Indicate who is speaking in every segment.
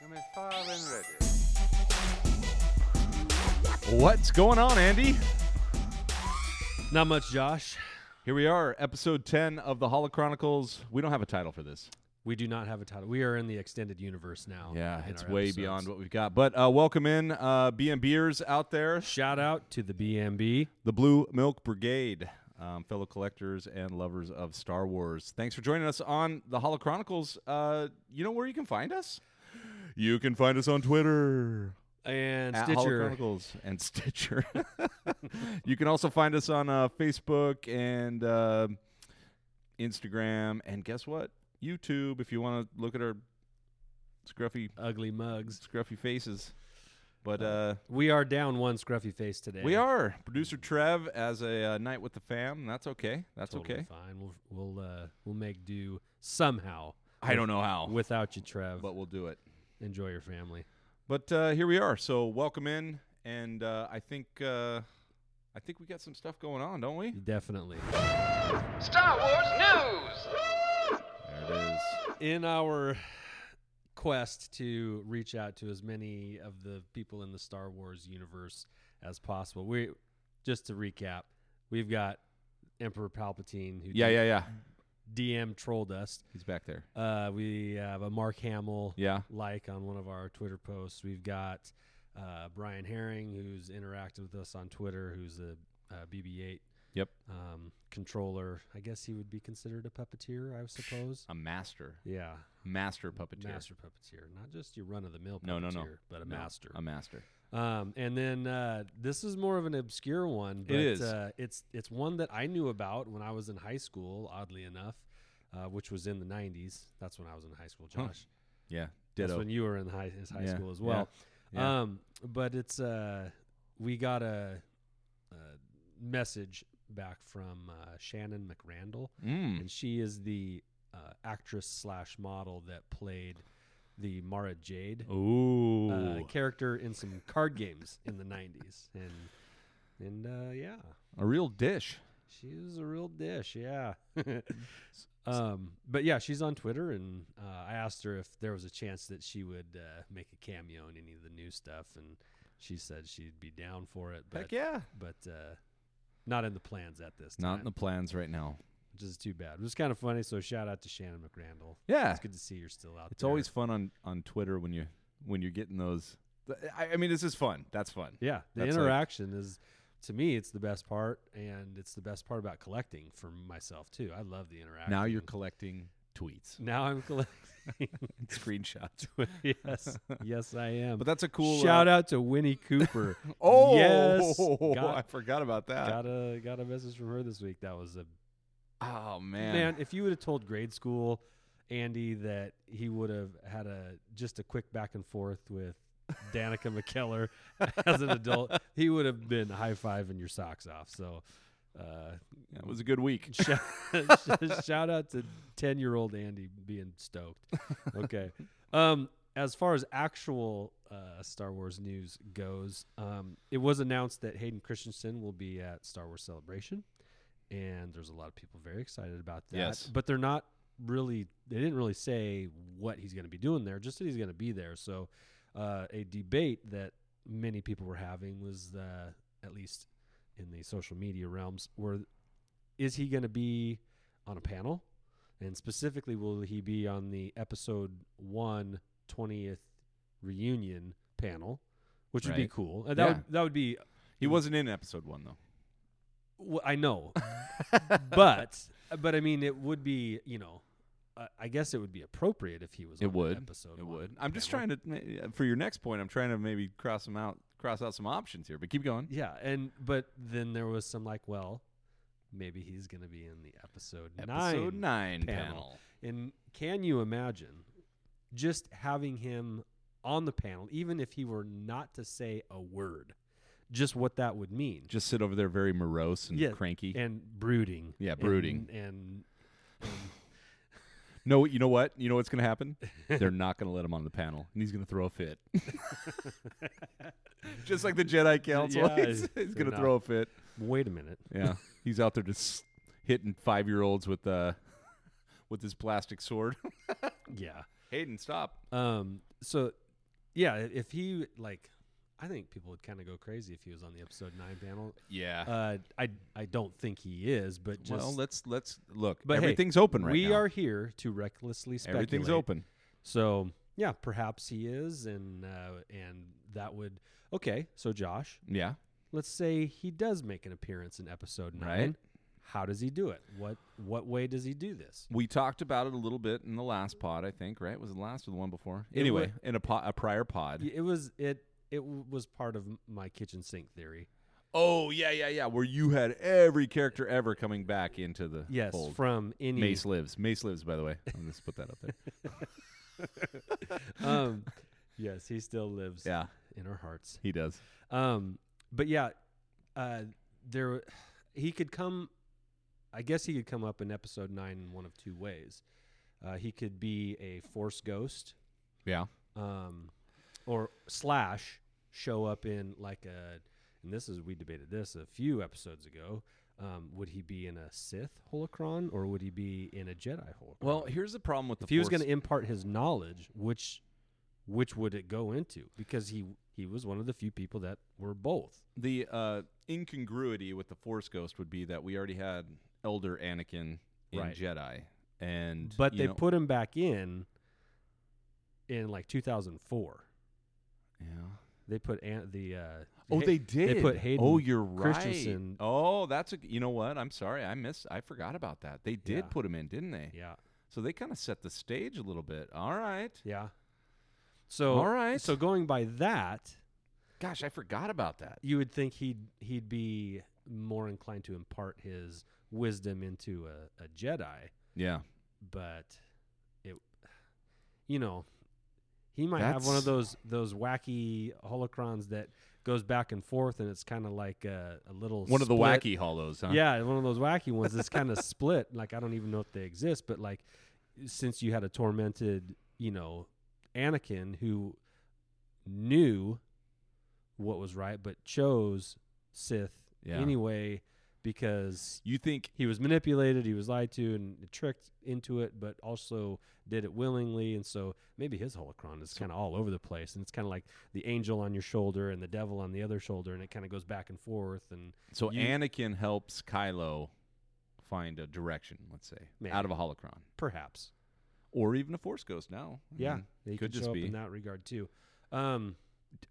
Speaker 1: You may fire when ready.
Speaker 2: What's going on, Andy?
Speaker 3: Not much, Josh.
Speaker 2: Here we are, episode 10 of the Holo Chronicles. We don't have a title for this.
Speaker 3: We do not have a title. We are in the extended universe now.
Speaker 2: Oh, Yeah,
Speaker 3: in
Speaker 2: it's
Speaker 3: our
Speaker 2: way
Speaker 3: episodes.
Speaker 2: beyond what we've got. But uh, welcome in, uh, BM Beers out there,
Speaker 3: Shout out to the BMB.
Speaker 2: the Blue Milk Brigade, um, fellow collectors and lovers of Star Wars. Thanks for joining us on the Holo Chronicles. Uh, you know where you can find us? You can find us on Twitter.
Speaker 3: And
Speaker 2: at Hollow
Speaker 3: Stitcher.
Speaker 2: Chronicles and Stitcher. you can also find us on uh, Facebook and uh, Instagram, and guess what? YouTube. If you want to look at our scruffy,
Speaker 3: Ugly mugs.
Speaker 2: scruffy faces, but uh,
Speaker 3: We are down one scruffy face today.
Speaker 2: we are producer Trev as a uh, night with the fam. That's okay. That's
Speaker 3: Totally
Speaker 2: okay.
Speaker 3: Fine. We'll we'll uh, we'll make do somehow
Speaker 2: I don't know how,
Speaker 3: without you, Trev.
Speaker 2: but we'll do it.
Speaker 3: Enjoy your family.
Speaker 2: But uh, here we are. So welcome in, and uh, I think uh, I think we got some stuff going on, don't we?
Speaker 3: Definitely.
Speaker 4: Star Wars news.
Speaker 2: There it is.
Speaker 3: In our quest to reach out to as many of the people in the Star Wars universe as possible, we just to recap, we've got Emperor Palpatine who
Speaker 2: Yeah,
Speaker 3: did-
Speaker 2: yeah, yeah.
Speaker 3: DM trolled us.
Speaker 2: He's back there.
Speaker 3: Uh, we have a Mark Hamill
Speaker 2: Yeah.
Speaker 3: like on one of our Twitter posts. We've got uh, Brian Herring, who's interacted with us on Twitter, who's a, uh BB-8
Speaker 2: Yep.
Speaker 3: um, controller. I guess he would be considered a puppeteer, I suppose.
Speaker 2: A master,
Speaker 3: Yeah,
Speaker 2: master puppeteer.
Speaker 3: master puppeteer, not just your run-of-the-mill puppeteer,
Speaker 2: No, no, no.
Speaker 3: but a
Speaker 2: No,
Speaker 3: master.
Speaker 2: A master.
Speaker 3: Um, and then uh, this is more of an obscure one, but
Speaker 2: is.
Speaker 3: Uh, it's it's one that I knew about when I was in high school, oddly enough, uh, which was in the '90s. That's when I was in high school,
Speaker 2: Huh.
Speaker 3: Josh.
Speaker 2: Yeah.
Speaker 3: That's
Speaker 2: Ditto.
Speaker 3: when you were in high is high
Speaker 2: Yeah,
Speaker 3: school as
Speaker 2: yeah,
Speaker 3: well.
Speaker 2: yeah.
Speaker 3: Um, but it's uh, we got a, a message back from uh, Shannon McRandall,
Speaker 2: Mm.
Speaker 3: and she is the uh, actress slash model that played the Mara Jade
Speaker 2: Ooh.
Speaker 3: uh, character in some card games in the '90s, and and uh, yeah,
Speaker 2: a real dish.
Speaker 3: she is a real dish. Yeah. um, but yeah, she's on Twitter, and uh, I asked her if there was a chance that she would uh, make a cameo in any of the new stuff, and she said she'd be down for it. But
Speaker 2: Heck yeah.
Speaker 3: but uh, not in the plans at this time.
Speaker 2: Not in the plans right now.
Speaker 3: which is too bad. It was kind of funny. So shout out to Shannon McRandall.
Speaker 2: Yeah.
Speaker 3: It's
Speaker 2: It's,
Speaker 3: good to see you're still out. there.
Speaker 2: always fun on on Twitter when you when you're getting those. Th- I, I mean, this is fun. That's fun.
Speaker 3: Yeah, the
Speaker 2: That's like-
Speaker 3: interaction is to me it's the best part and it's the best part about collecting for myself too. I love the interaction.
Speaker 2: Now you're collecting tweets,
Speaker 3: Now I'm collecting.
Speaker 2: and screenshots.
Speaker 3: yes. Yes, I am.
Speaker 2: But that's a cool uh,
Speaker 3: Shout out to Winnie Cooper.
Speaker 2: Oh,
Speaker 3: yes.
Speaker 2: I
Speaker 3: Got,
Speaker 2: forgot about that.
Speaker 3: got a got a message from her this week. That was a
Speaker 2: Oh man.
Speaker 3: man. if you would have told grade school Andy that he would have had a just a quick back and forth with Danica McKellar as an adult, he would have been high fiving your socks off. So uh,
Speaker 2: That was a good week.
Speaker 3: shout, shout out to 10 year old Andy being stoked. Okay. Um, as far as actual uh, Star Wars news goes, um, it was announced that Hayden Christensen will be at Star Wars Celebration. And there's a lot of people very excited about that.
Speaker 2: Yes.
Speaker 3: But they're not really, they didn't really say what he's going to be doing there, just that he's going to be there. So uh, a debate that many people were having was, uh, at least in the social media realms, were is he going to be on a panel? And specifically, will he be on the episode one 20th reunion panel, which would be
Speaker 2: Right.
Speaker 3: cool. Uh, that
Speaker 2: Yeah.
Speaker 3: would that would be.
Speaker 2: He wasn't in episode one though.
Speaker 3: Well, I know, but but I mean, it would be you know, uh, I guess it would be appropriate if he was.
Speaker 2: It
Speaker 3: on the
Speaker 2: would.
Speaker 3: episode.
Speaker 2: It
Speaker 3: one
Speaker 2: would. I'm just
Speaker 3: panel.
Speaker 2: trying to ma- for your next point. I'm trying to maybe cross them out, cross out some options here. But keep going.
Speaker 3: Yeah, and but then there was some like, well, maybe he's going to be in the episode,
Speaker 2: Episode nine
Speaker 3: panel.
Speaker 2: panel.
Speaker 3: And can you imagine just having him on the panel, even if he were not to say a word, just what that would mean?
Speaker 2: Just sit over there, very morose and
Speaker 3: Yeah,
Speaker 2: cranky.
Speaker 3: and brooding.
Speaker 2: Yeah,
Speaker 3: and-
Speaker 2: brooding.
Speaker 3: And,
Speaker 2: no, you know what? You know what's going to happen? They're not going to let him on the panel, and he's going to throw a fit. just like the Jedi Council,
Speaker 3: Yeah,
Speaker 2: he's,
Speaker 3: they're
Speaker 2: he's going to
Speaker 3: not-
Speaker 2: throw a fit.
Speaker 3: wait a minute.
Speaker 2: Yeah, he's out there just hitting five year olds with uh with his plastic sword.
Speaker 3: Yeah.
Speaker 2: Hayden, stop.
Speaker 3: Um, so yeah, i- if he like, I think people would kind of go crazy if he was on the episode nine panel.
Speaker 2: Yeah.
Speaker 3: Uh, I I don't think he is, but just
Speaker 2: well, let's let's look.
Speaker 3: But hey,
Speaker 2: everything's open right
Speaker 3: we
Speaker 2: now.
Speaker 3: are here to recklessly speculate.
Speaker 2: everything's open.
Speaker 3: So yeah, perhaps he is, and uh, and that would okay. So Josh,
Speaker 2: Yeah.
Speaker 3: let's say he does make an appearance in episode
Speaker 2: Right.
Speaker 3: nine. How does he do it? What what way does he do this?
Speaker 2: We talked about it a little bit in the last pod, I think, right? Was it the last or the one before?
Speaker 3: It
Speaker 2: Anyway,
Speaker 3: wa-
Speaker 2: in a, po- a prior pod.
Speaker 3: Y- It was it it w- was part of m- my kitchen sink theory.
Speaker 2: Oh, yeah, yeah, yeah. Where you had every character ever coming back into the
Speaker 3: Yes,
Speaker 2: fold.
Speaker 3: from any
Speaker 2: Mace lives. Mace lives, by the way. I'm going to put that up there.
Speaker 3: um, yes, he still lives
Speaker 2: yeah,
Speaker 3: in our hearts.
Speaker 2: he does.
Speaker 3: Um, but yeah, uh, there he could come. I guess he could come up in episode nine in one of two ways. Uh, he could be a force ghost,
Speaker 2: Yeah.
Speaker 3: um, or slash show up in like a. And this is we debated this a few episodes ago. Um, would he be in a Sith holocron or would he be in a Jedi holocron?
Speaker 2: Well, here's the problem with the
Speaker 3: if he was
Speaker 2: Force-
Speaker 3: going to impart his knowledge, which which would it go into? Because he he was one of the few people that were both.
Speaker 2: the uh, incongruity with the Force Ghost would be that we already had Elder Anakin in
Speaker 3: Right.
Speaker 2: Jedi, and
Speaker 3: But
Speaker 2: you
Speaker 3: they
Speaker 2: know-
Speaker 3: put him back in in like 2004.
Speaker 2: yeah.
Speaker 3: They put an, the uh,
Speaker 2: Oh,
Speaker 3: Hay-
Speaker 2: they did.
Speaker 3: They put Hayden.
Speaker 2: oh, you're right.
Speaker 3: Christensen-
Speaker 2: Oh, that's a. You know what? I'm sorry. I missed. I forgot about that. They did
Speaker 3: Yeah.
Speaker 2: put him in, didn't they?
Speaker 3: yeah,
Speaker 2: So they kind of set the stage a little bit. All right.
Speaker 3: yeah. So
Speaker 2: All right.
Speaker 3: So going by that,
Speaker 2: Gosh, I forgot about that.
Speaker 3: you would think he'd he'd be more inclined to impart his wisdom into a, a Jedi,
Speaker 2: Yeah.
Speaker 3: but it, you know, he might have one of
Speaker 2: That's-
Speaker 3: those those wacky holocrons that goes back and forth, and it's kind of like a, a little
Speaker 2: One of the
Speaker 3: split.
Speaker 2: wacky hollows, huh?
Speaker 3: Yeah, one of those wacky ones that's kind of split. Like I don't even know if they exist, but like since you had a tormented, you know, Anakin who knew what was right but chose Sith
Speaker 2: Yeah.
Speaker 3: anyway because
Speaker 2: You think
Speaker 3: he was manipulated, he was lied to and tricked into it, but also did it willingly and so maybe his holocron is kind of all over the place and it's kind of like the angel on your shoulder and the devil on the other shoulder and it kind of goes back and forth and
Speaker 2: so?
Speaker 3: You-
Speaker 2: Anakin helps Kylo find a direction, let's say,
Speaker 3: Maybe.
Speaker 2: out of a holocron,
Speaker 3: perhaps
Speaker 2: or even a Force ghost. Now, I
Speaker 3: Yeah,
Speaker 2: mean,
Speaker 3: they
Speaker 2: Mm-hmm. could
Speaker 3: could
Speaker 2: just
Speaker 3: show
Speaker 2: be.
Speaker 3: up in that regard too. Um,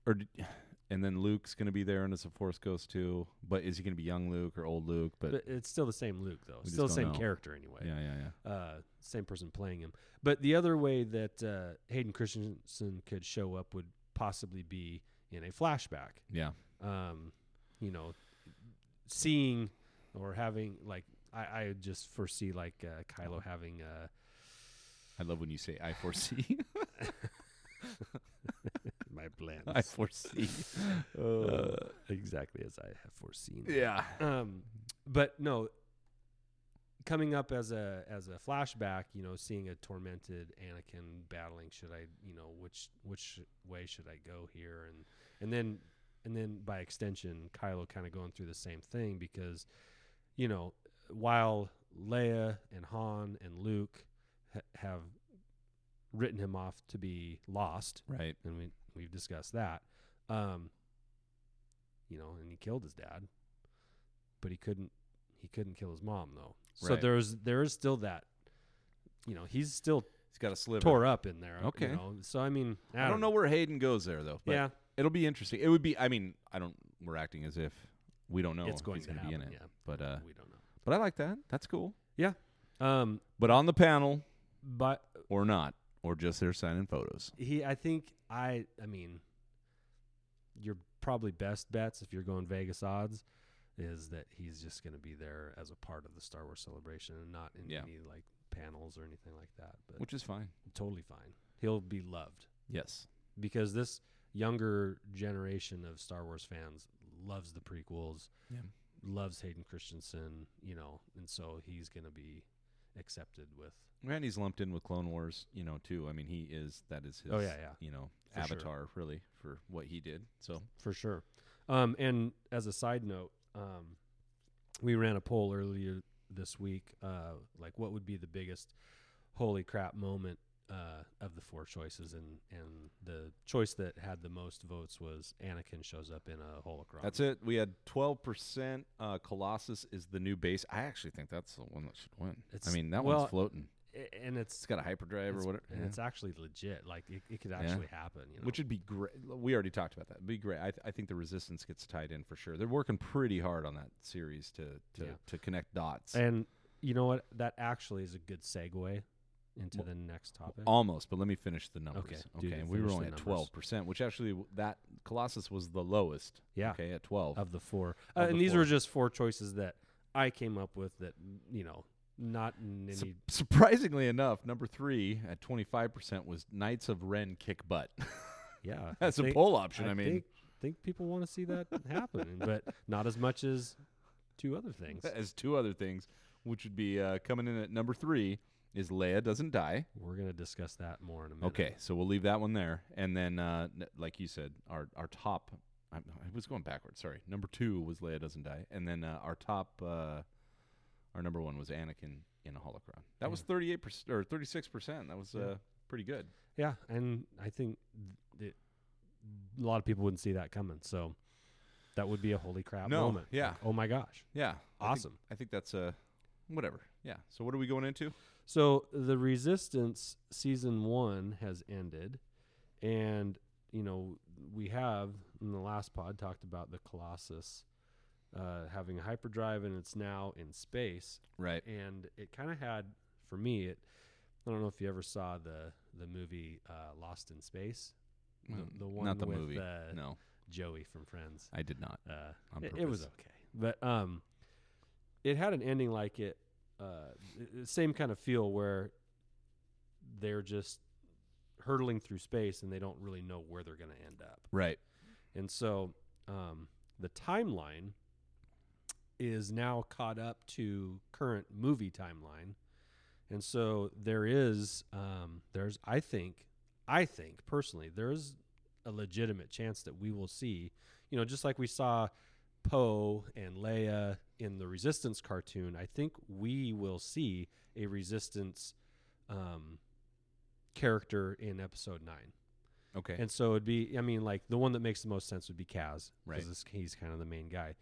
Speaker 2: or d- and then Luke's gonna be there, and it's a Force ghost too. But is he gonna be young Luke or old Luke? But,
Speaker 3: but, it's still the same Luke though,
Speaker 2: just
Speaker 3: still the
Speaker 2: don't
Speaker 3: same
Speaker 2: know.
Speaker 3: character anyway.
Speaker 2: yeah, yeah, yeah.
Speaker 3: Uh, same person playing him. But the other way that uh, Hayden Christensen could show up would possibly be in a flashback.
Speaker 2: Yeah.
Speaker 3: Um, you know, seeing or having like I, I just foresee like uh, Kylo having uh,
Speaker 2: I love when you say I foresee.
Speaker 3: my plans
Speaker 2: I foresee.
Speaker 3: Uh, exactly as I have foreseen.
Speaker 2: Oh. yeah.
Speaker 3: um, but no coming up as a as a flashback you know seeing a tormented anakin battling should i you know which which way should i go here and and then and then by extension kylo kind of going through the same thing because you know while leia and han and luke ha- have written him off to be lost
Speaker 2: Right.
Speaker 3: and we we've discussed that. Um, you know, and he killed his dad, but he couldn't he couldn't kill his mom though. So
Speaker 2: Right.
Speaker 3: there's there is still that. You know, he's still
Speaker 2: He's got a sliver.
Speaker 3: tore up in there. you
Speaker 2: Okay.
Speaker 3: know. So I mean, I,
Speaker 2: I don't know where Hayden goes there though. But
Speaker 3: Yeah,
Speaker 2: It'll be interesting. It would be. I mean, I don't. We're acting as if we don't know.
Speaker 3: it's
Speaker 2: if
Speaker 3: going
Speaker 2: he's
Speaker 3: to
Speaker 2: gonna
Speaker 3: happen.
Speaker 2: be in it.
Speaker 3: Yeah,
Speaker 2: But uh,
Speaker 3: we don't know.
Speaker 2: but I like that. That's cool.
Speaker 3: Um,
Speaker 2: But on the panel
Speaker 3: but
Speaker 2: or not, or just there signing photos.
Speaker 3: he, I think I, I mean, your probably best bets if you're going Vegas odds is that he's just going to be there as a part of the Star Wars celebration and not in
Speaker 2: Yeah.
Speaker 3: any like panels or anything like that. But
Speaker 2: which is fine.
Speaker 3: totally fine. He'll be loved
Speaker 2: Yes.
Speaker 3: because this younger generation of Star Wars fans loves the prequels,
Speaker 2: Yeah.
Speaker 3: loves Hayden Christensen, you know, and so he's going to be accepted with
Speaker 2: Randy's lumped in with Clone Wars, you know, too. I mean, he is that is his.
Speaker 3: Oh, yeah, yeah.
Speaker 2: You know,
Speaker 3: For sure.
Speaker 2: avatar really for what he did. So
Speaker 3: for sure. Um, and as a side note, um, we ran a poll earlier this week, uh, like what would be the biggest holy crap moment uh, of the four choices, and and the choice that had the most votes was Anakin shows up in a holocron.
Speaker 2: That's it. We had 12%. Uh, Colossus is the new base. I actually think that's the one that should win.
Speaker 3: It's-
Speaker 2: I mean, that
Speaker 3: well,
Speaker 2: one's floating.
Speaker 3: I- and it's
Speaker 2: It's got a hyperdrive
Speaker 3: it's-
Speaker 2: or whatever.
Speaker 3: and
Speaker 2: yeah.
Speaker 3: it's actually legit. Like it, it could
Speaker 2: Yeah.
Speaker 3: actually happen. You know?
Speaker 2: Which would be great. We already talked about that. It'd be great. I, th- I think the resistance gets tied in for sure. They're working pretty hard on that series to to,
Speaker 3: Yeah.
Speaker 2: to connect dots.
Speaker 3: and you know what? That actually is a good segue into the next topic.
Speaker 2: Almost, but let me finish the numbers.
Speaker 3: Okay,
Speaker 2: Okay,
Speaker 3: do the-
Speaker 2: and we were
Speaker 3: finish the
Speaker 2: only at
Speaker 3: numbers.
Speaker 2: twelve percent, which actually w- that Colossus was the lowest.
Speaker 3: Yeah.
Speaker 2: Okay, at twelve.
Speaker 3: of the four.
Speaker 2: Of
Speaker 3: Uh,
Speaker 2: the
Speaker 3: and these were
Speaker 2: four.
Speaker 3: just four choices that I came up with that, you know, not in
Speaker 2: Su-
Speaker 3: any.
Speaker 2: surprisingly enough, number three at twenty five percent was Knights of Ren kick butt.
Speaker 3: yeah. I
Speaker 2: That's a
Speaker 3: think-
Speaker 2: poll option. I, mean,
Speaker 3: Think, think people want to see that happen, but not as much as two other things.
Speaker 2: as two other things, which would be uh, coming in at number three is Leia doesn't die.
Speaker 3: We're going to discuss that more in a minute.
Speaker 2: Okay, so we'll leave that one there, and then uh, n- like you said, our our top. I, I was going backwards. Sorry, number two was Leia doesn't die, and then uh, our top, uh, our number one was Anakin in a holocron. That was thirty eight percent or thirty six percent. That was
Speaker 3: Yeah.
Speaker 2: uh, pretty good.
Speaker 3: Yeah. And I think th- it, a lot of people wouldn't see that coming. So that would be a holy crap
Speaker 2: No,
Speaker 3: moment.
Speaker 2: yeah.
Speaker 3: Like, oh my gosh.
Speaker 2: Yeah, I think-
Speaker 3: Awesome.
Speaker 2: I think, that's uh, whatever. Yeah. So what are we going into?
Speaker 3: So the Resistance season one has ended, and you know we have in the last pod talked about the Colossus uh, having a hyperdrive, and it's now in space.
Speaker 2: Right.
Speaker 3: And it kind of had for me it. I don't know if you ever saw the the movie uh, Lost in Space, the- the
Speaker 2: Mm, not
Speaker 3: one
Speaker 2: the
Speaker 3: with,
Speaker 2: movie.
Speaker 3: uh,
Speaker 2: no,
Speaker 3: Joey from Friends.
Speaker 2: I did not.
Speaker 3: Uh,
Speaker 2: On
Speaker 3: it, it was
Speaker 2: purpose.
Speaker 3: okay, but um, it had an ending like it, uh, th- th- same kind of feel where they're just hurtling through space and they don't really know where they're going to end up,
Speaker 2: Right.
Speaker 3: and so um, the timeline is now caught up to current movie timeline, and so there is um, there's I think I think personally there's a legitimate chance that we will see, you know, just like we saw Poe and Leia in the Resistance cartoon, I think we will see a Resistance um, character in Episode Nine.
Speaker 2: Okay.
Speaker 3: And so it'd be, I mean, like the one that makes the most sense would be Kaz,
Speaker 2: Right.
Speaker 3: Because he's kind of the main guy.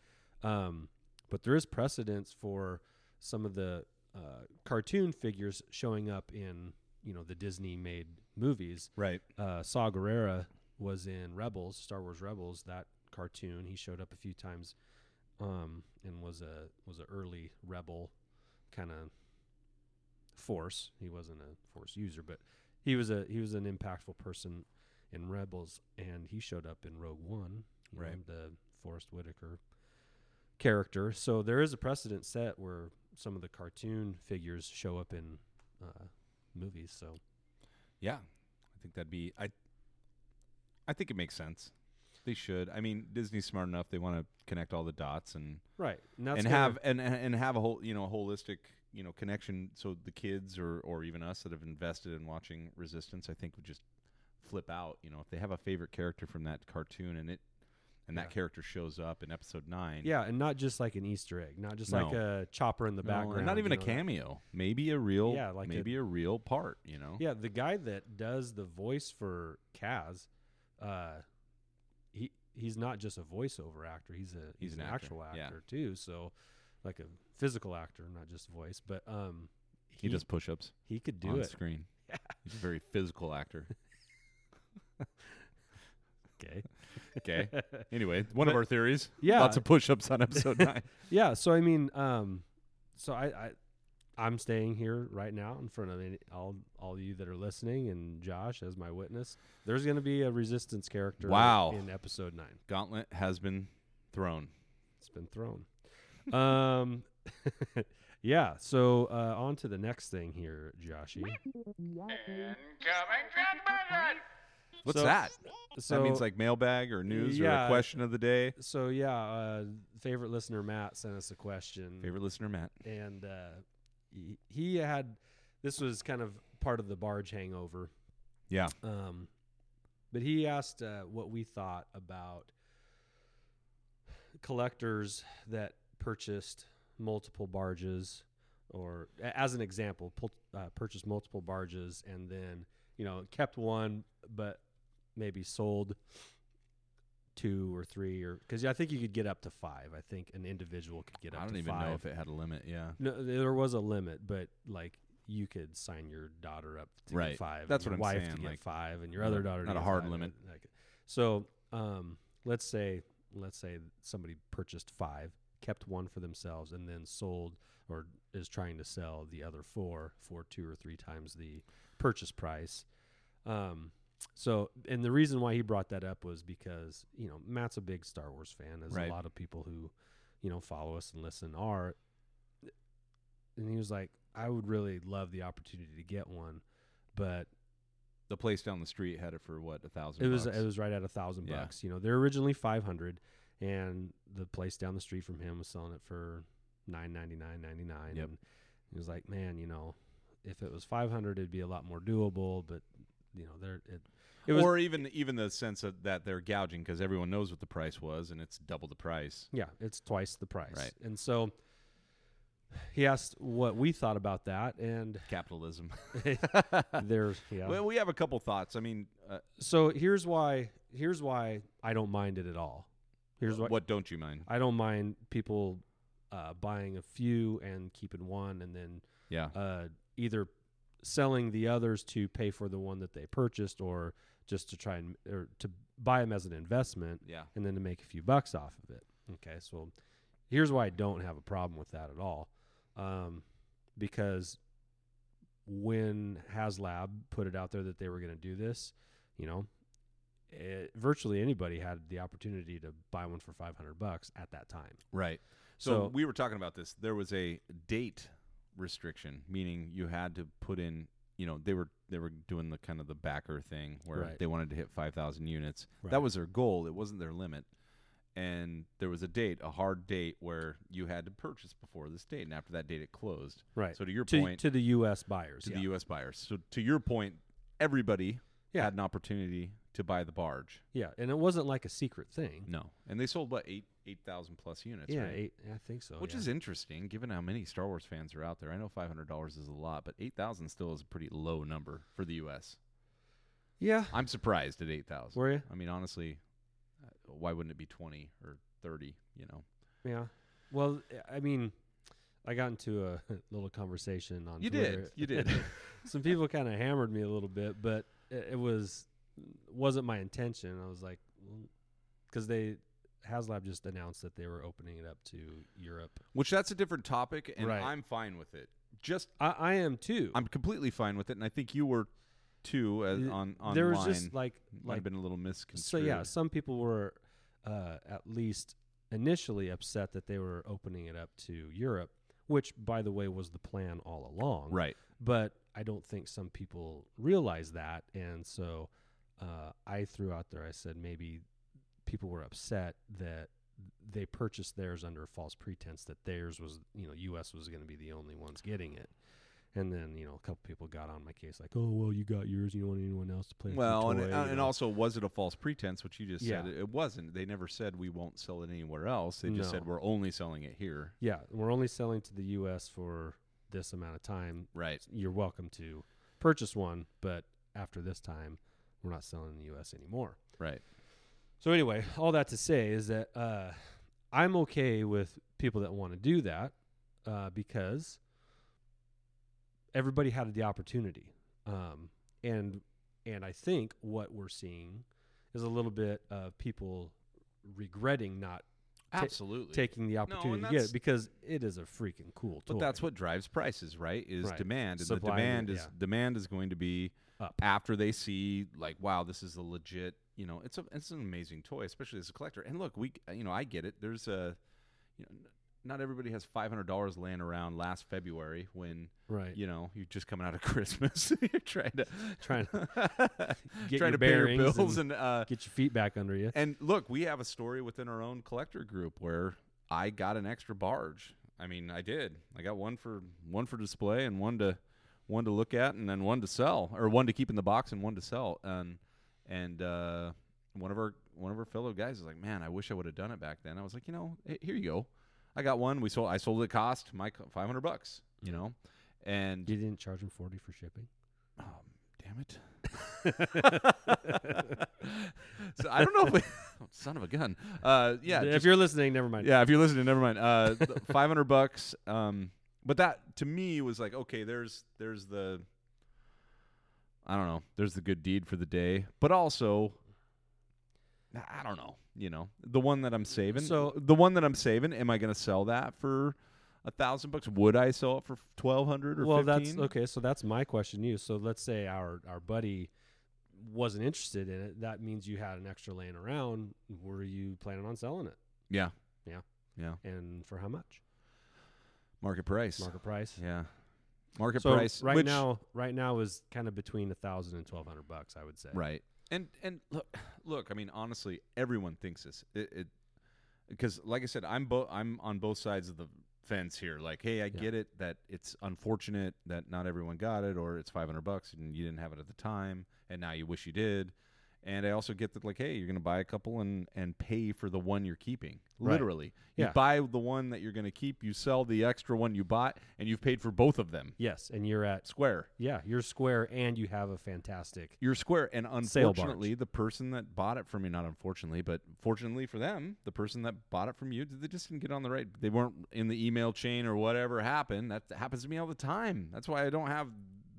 Speaker 3: Um, but there is precedence for some of the uh, cartoon figures showing up in, you know, the Disney-made movies.
Speaker 2: right.
Speaker 3: Uh, Saw Gerrera was in Rebels, Star Wars Rebels, that cartoon. He showed up a few times, um, and was a was an early Rebel kind of force. He wasn't a force user, but he was a he was an impactful person in Rebels, and he showed up in Rogue One, you know,
Speaker 2: Right.
Speaker 3: the Forrest Whitaker character. So there is a precedent set where some of the cartoon figures show up in uh, movies. So
Speaker 2: Yeah, I think that'd be I. I think it makes sense. They should. I mean, Disney's smart enough. They want to connect all the dots and
Speaker 3: right, and, that's
Speaker 2: and
Speaker 3: gonna-
Speaker 2: have and and and have a whole you know holistic you know connection. So the kids or or even us that have invested in watching Resistance, I think would just flip out. You know, if they have a favorite character from that cartoon and it and
Speaker 3: Yeah.
Speaker 2: that character shows up in episode nine.
Speaker 3: Yeah, and not just like an Easter egg, not just like a chopper in the
Speaker 2: no, and
Speaker 3: background.
Speaker 2: not even
Speaker 3: you
Speaker 2: a
Speaker 3: know, that-
Speaker 2: cameo. Maybe a real,
Speaker 3: Yeah, like a-
Speaker 2: maybe a, real part. You know,
Speaker 3: Yeah, the guy that does the voice for Kaz, uh, he he's not just a voiceover actor. He's a he's,
Speaker 2: He's
Speaker 3: an,
Speaker 2: an actor,
Speaker 3: actual
Speaker 2: yeah.
Speaker 3: actor too. So, like a physical actor, not just voice. But um,
Speaker 2: he, does push-ups
Speaker 3: he could do
Speaker 2: on
Speaker 3: it.
Speaker 2: screen.
Speaker 3: Yeah.
Speaker 2: He's a very physical actor.
Speaker 3: Okay.
Speaker 2: Okay. Anyway, one of our theories.
Speaker 3: Yeah.
Speaker 2: Lots of push-ups on episode nine.
Speaker 3: Yeah. So I mean, um, so I, I I'm staying here right now in front of any, all all you that are listening and Josh as my witness. There's going to be a resistance character.
Speaker 2: Wow.
Speaker 3: In episode nine,
Speaker 2: Gauntlet has been thrown.
Speaker 3: it's been thrown. um, yeah. So uh, on to the next thing here, Joshy.
Speaker 4: Incoming transmission!
Speaker 2: What's
Speaker 3: So-
Speaker 2: that?
Speaker 3: So
Speaker 2: that means like mailbag or news or
Speaker 3: Yeah.
Speaker 2: a question of the day.
Speaker 3: So yeah, uh, favorite listener Matt sent us a question.
Speaker 2: Favorite listener, Matt.
Speaker 3: and uh, he, he had this was kind of part of the barge hangover.
Speaker 2: Yeah.
Speaker 3: Um, but he asked uh, what we thought about collectors that purchased multiple barges, or a- as an example, pul- uh, purchased multiple barges and then you know, kept one, but maybe sold two or three or because I think you could get up to five. I think an individual could get up.
Speaker 2: I don't
Speaker 3: to
Speaker 2: even
Speaker 3: five.
Speaker 2: know if it had a limit. Yeah.
Speaker 3: No, there was a limit, but like you could sign your daughter up to get
Speaker 2: Right.
Speaker 3: five.
Speaker 2: That's
Speaker 3: and
Speaker 2: what
Speaker 3: your
Speaker 2: I'm
Speaker 3: wife
Speaker 2: saying,
Speaker 3: To get
Speaker 2: like,
Speaker 3: five, and your
Speaker 2: not-
Speaker 3: other daughter. to
Speaker 2: not a
Speaker 3: get
Speaker 2: hard
Speaker 3: five,
Speaker 2: limit.
Speaker 3: and like- So, um, let's say, let's say somebody purchased five, kept one for themselves, and then sold or is trying to sell the other four for two or three times the purchase price. Um, so, and the reason why he brought that up was because you know Matt's a big Star Wars fan, as
Speaker 2: Right.
Speaker 3: a lot of people who you know follow us and listen are. And he was like, "I would really love the opportunity to get one, but
Speaker 2: The place down the street had it for what a thousand.
Speaker 3: it was
Speaker 2: bucks?
Speaker 3: it was right at a thousand
Speaker 2: Yeah.
Speaker 3: bucks. You know, they're originally five hundred, and the place down the street from him was selling it for nine ninety nine ninety nine.
Speaker 2: Yep.
Speaker 3: And he was like, "Man, you know, if it was five hundred, it'd be a lot more doable." But you know, there it, it was
Speaker 2: or even even the sense of that they're gouging because everyone knows what the price was and it's double the price.
Speaker 3: yeah, it's twice the price.
Speaker 2: Right.
Speaker 3: And so he asked what we thought about that, and
Speaker 2: Capitalism.
Speaker 3: there's yeah.
Speaker 2: Well, we have a couple thoughts. I mean, uh,
Speaker 3: so here's why here's why I don't mind it at all. Here's why
Speaker 2: what don't you mind?
Speaker 3: I don't mind people uh, buying a few and keeping one, and then
Speaker 2: Yeah.
Speaker 3: uh, either selling the others to pay for the one that they purchased, or just to try and or to buy them as an investment,
Speaker 2: Yeah.
Speaker 3: and then to make a few bucks off of it. Okay, so here's why I don't have a problem with that at all, um, because when HasLab put it out there that they were going to do this, you know, it, virtually anybody had the opportunity to buy one for 500 bucks at that time.
Speaker 2: Right. So,
Speaker 3: So-
Speaker 2: we were talking about this. There was a date restriction, meaning you had to put in. You know, they were they were doing the kind of the backer thing where
Speaker 3: Right.
Speaker 2: they wanted to hit five thousand units.
Speaker 3: Right.
Speaker 2: That was their goal. It wasn't their limit. And there was a date, a hard date where you had to purchase before this date, and after that date, it closed.
Speaker 3: Right.
Speaker 2: So to your
Speaker 3: to,
Speaker 2: point,
Speaker 3: to the U.S. buyers.
Speaker 2: to
Speaker 3: yeah.
Speaker 2: the U.S. buyers. So to your point, everybody
Speaker 3: Yeah.
Speaker 2: had an opportunity to buy the barge.
Speaker 3: yeah, and it wasn't like a secret thing.
Speaker 2: No, and they sold what eight eight thousand plus units.
Speaker 3: yeah,
Speaker 2: right?
Speaker 3: eight, I think so.
Speaker 2: which
Speaker 3: yeah.
Speaker 2: is interesting given how many Star Wars fans are out there. I know five hundred dollars is a lot, but eight thousand still is a pretty low number for the U.S.
Speaker 3: yeah.
Speaker 2: I'm surprised at eight thousand.
Speaker 3: Were you?
Speaker 2: I mean, honestly, uh, why wouldn't it be twenty or thirty? You know,
Speaker 3: Yeah. Well, I mean, I got into a little conversation on
Speaker 2: you
Speaker 3: Twitter.
Speaker 2: did, you did.
Speaker 3: Some people kind of hammered me a little bit, but it, it was wasn't my intention. I was like, because they HasLab just announced that they were opening it up to Europe.
Speaker 2: which that's a different topic, and
Speaker 3: Right.
Speaker 2: I'm fine with it. Just
Speaker 3: I, I am too.
Speaker 2: I'm completely fine with it, and I think you were too uh,
Speaker 3: Th-
Speaker 2: on online.
Speaker 3: there was just like
Speaker 2: Might
Speaker 3: like
Speaker 2: have been a little
Speaker 3: so
Speaker 2: misconstrued.
Speaker 3: yeah, some people were uh, at least initially upset that they were opening it up to Europe, which by the way was the plan all along.
Speaker 2: right.
Speaker 3: but I don't think some people realize that. And so uh, I threw out there, I said maybe people were upset that they purchased theirs under a false pretense that theirs was, you know, U.S. was going to be the only ones getting it. And then, you know, a couple people got on my case like, oh, well, you got yours. You don't want anyone else to play with your
Speaker 2: Well, and,
Speaker 3: toy," you
Speaker 2: and and
Speaker 3: know.
Speaker 2: also, was it a false pretense? Which you just said
Speaker 3: Yeah.
Speaker 2: it, it wasn't. They never said we won't sell it anywhere else. They just
Speaker 3: No.
Speaker 2: said we're only selling it here.
Speaker 3: Yeah, we're only selling to the U.S. for this amount of time.
Speaker 2: Right.
Speaker 3: You're welcome to purchase one, but after this time, we're not selling in the U.S. anymore.
Speaker 2: Right.
Speaker 3: So anyway, all that to say is that uh, I'm okay with people that want to do that uh, because everybody had the opportunity, um, and and I think what we're seeing is a little bit of people regretting not Ta-
Speaker 2: Absolutely.
Speaker 3: taking the opportunity to get
Speaker 2: that's-
Speaker 3: it because it is a freaking cool toy.
Speaker 2: but that's what drives prices, right? Is
Speaker 3: Right.
Speaker 2: demand, and
Speaker 3: Supply
Speaker 2: the
Speaker 3: and-
Speaker 2: demand is
Speaker 3: yeah.
Speaker 2: demand is going to be
Speaker 3: Up.
Speaker 2: after they see like, wow, this is a legit. You know, it's a it's an amazing toy, especially as a collector. And look, we you know I get it. There's a, you know, n- not everybody has five hundred dollars laying around last February when
Speaker 3: right.
Speaker 2: you know, you're just coming out of Christmas. you're trying to
Speaker 3: Trying
Speaker 2: to
Speaker 3: get
Speaker 2: trying
Speaker 3: your
Speaker 2: to pay your
Speaker 3: bearings
Speaker 2: bills and, uh,
Speaker 3: Get your feet back under you.
Speaker 2: and look, we have a story within our own collector group where I got an extra barge. I mean, I did. I got one for one for display and one to one to look at and then one to sell or one to keep in the box and one to sell. And and uh, one of our one of our fellow guys was like, "Man, I wish I would have done it back then." I was like, "You know, h- here you go. I got one. We sold. I sold it cost my five hundred bucks. You know." And
Speaker 3: You didn't charge them forty for shipping.
Speaker 2: Oh, damn it. So I don't know if we, Oh, son of a gun. Uh, yeah,
Speaker 3: if
Speaker 2: just-
Speaker 3: you're listening, never mind.
Speaker 2: yeah. If you're listening, never mind. Uh, Five hundred bucks. Um, but that to me was like, okay, there's there's the, I don't know, there's the good deed for the day, but also, I don't know, you know, the one that I'm saving.
Speaker 3: So-
Speaker 2: the one that I'm saving, am I going to sell that for a thousand bucks? Would I sell it for twelve hundred or
Speaker 3: well, that's
Speaker 2: 15?
Speaker 3: okay. So that's my question to you. So let's say our our buddy wasn't interested in it. That means you had an extra laying around. Were you planning on selling it?
Speaker 2: Yeah,
Speaker 3: Yeah.
Speaker 2: yeah.
Speaker 3: And for how much?
Speaker 2: Market price.
Speaker 3: Market price.
Speaker 2: Yeah, market
Speaker 3: so
Speaker 2: price.
Speaker 3: right
Speaker 2: which-
Speaker 3: now, right now is kind of between a thousand and twelve hundred bucks. I would say.
Speaker 2: Right. And and look, look. I mean, honestly, everyone thinks this. It, it because, like I said, I'm bo- I'm on both sides of the fence here. Like, hey, I get it that it's unfortunate that not everyone got it, or it's 500 bucks and you didn't have it at the time, and now you wish you did. And I also get that, like, hey, you're gonna buy a couple and and pay for the one you're keeping.
Speaker 3: Right.
Speaker 2: Literally, you
Speaker 3: Yeah.
Speaker 2: buy the one that you're gonna keep, you sell the extra one you bought, and you've paid for both of them.
Speaker 3: Yes, and you're at
Speaker 2: Square.
Speaker 3: yeah, you're square, and you have a fantastic
Speaker 2: you're square and
Speaker 3: Sale barge.
Speaker 2: unfortunately the person that bought it from you not unfortunately but fortunately for them the person that bought it from you they just didn't get on the right they weren't in the email chain or whatever happened that happens to me all the time that's why i don't have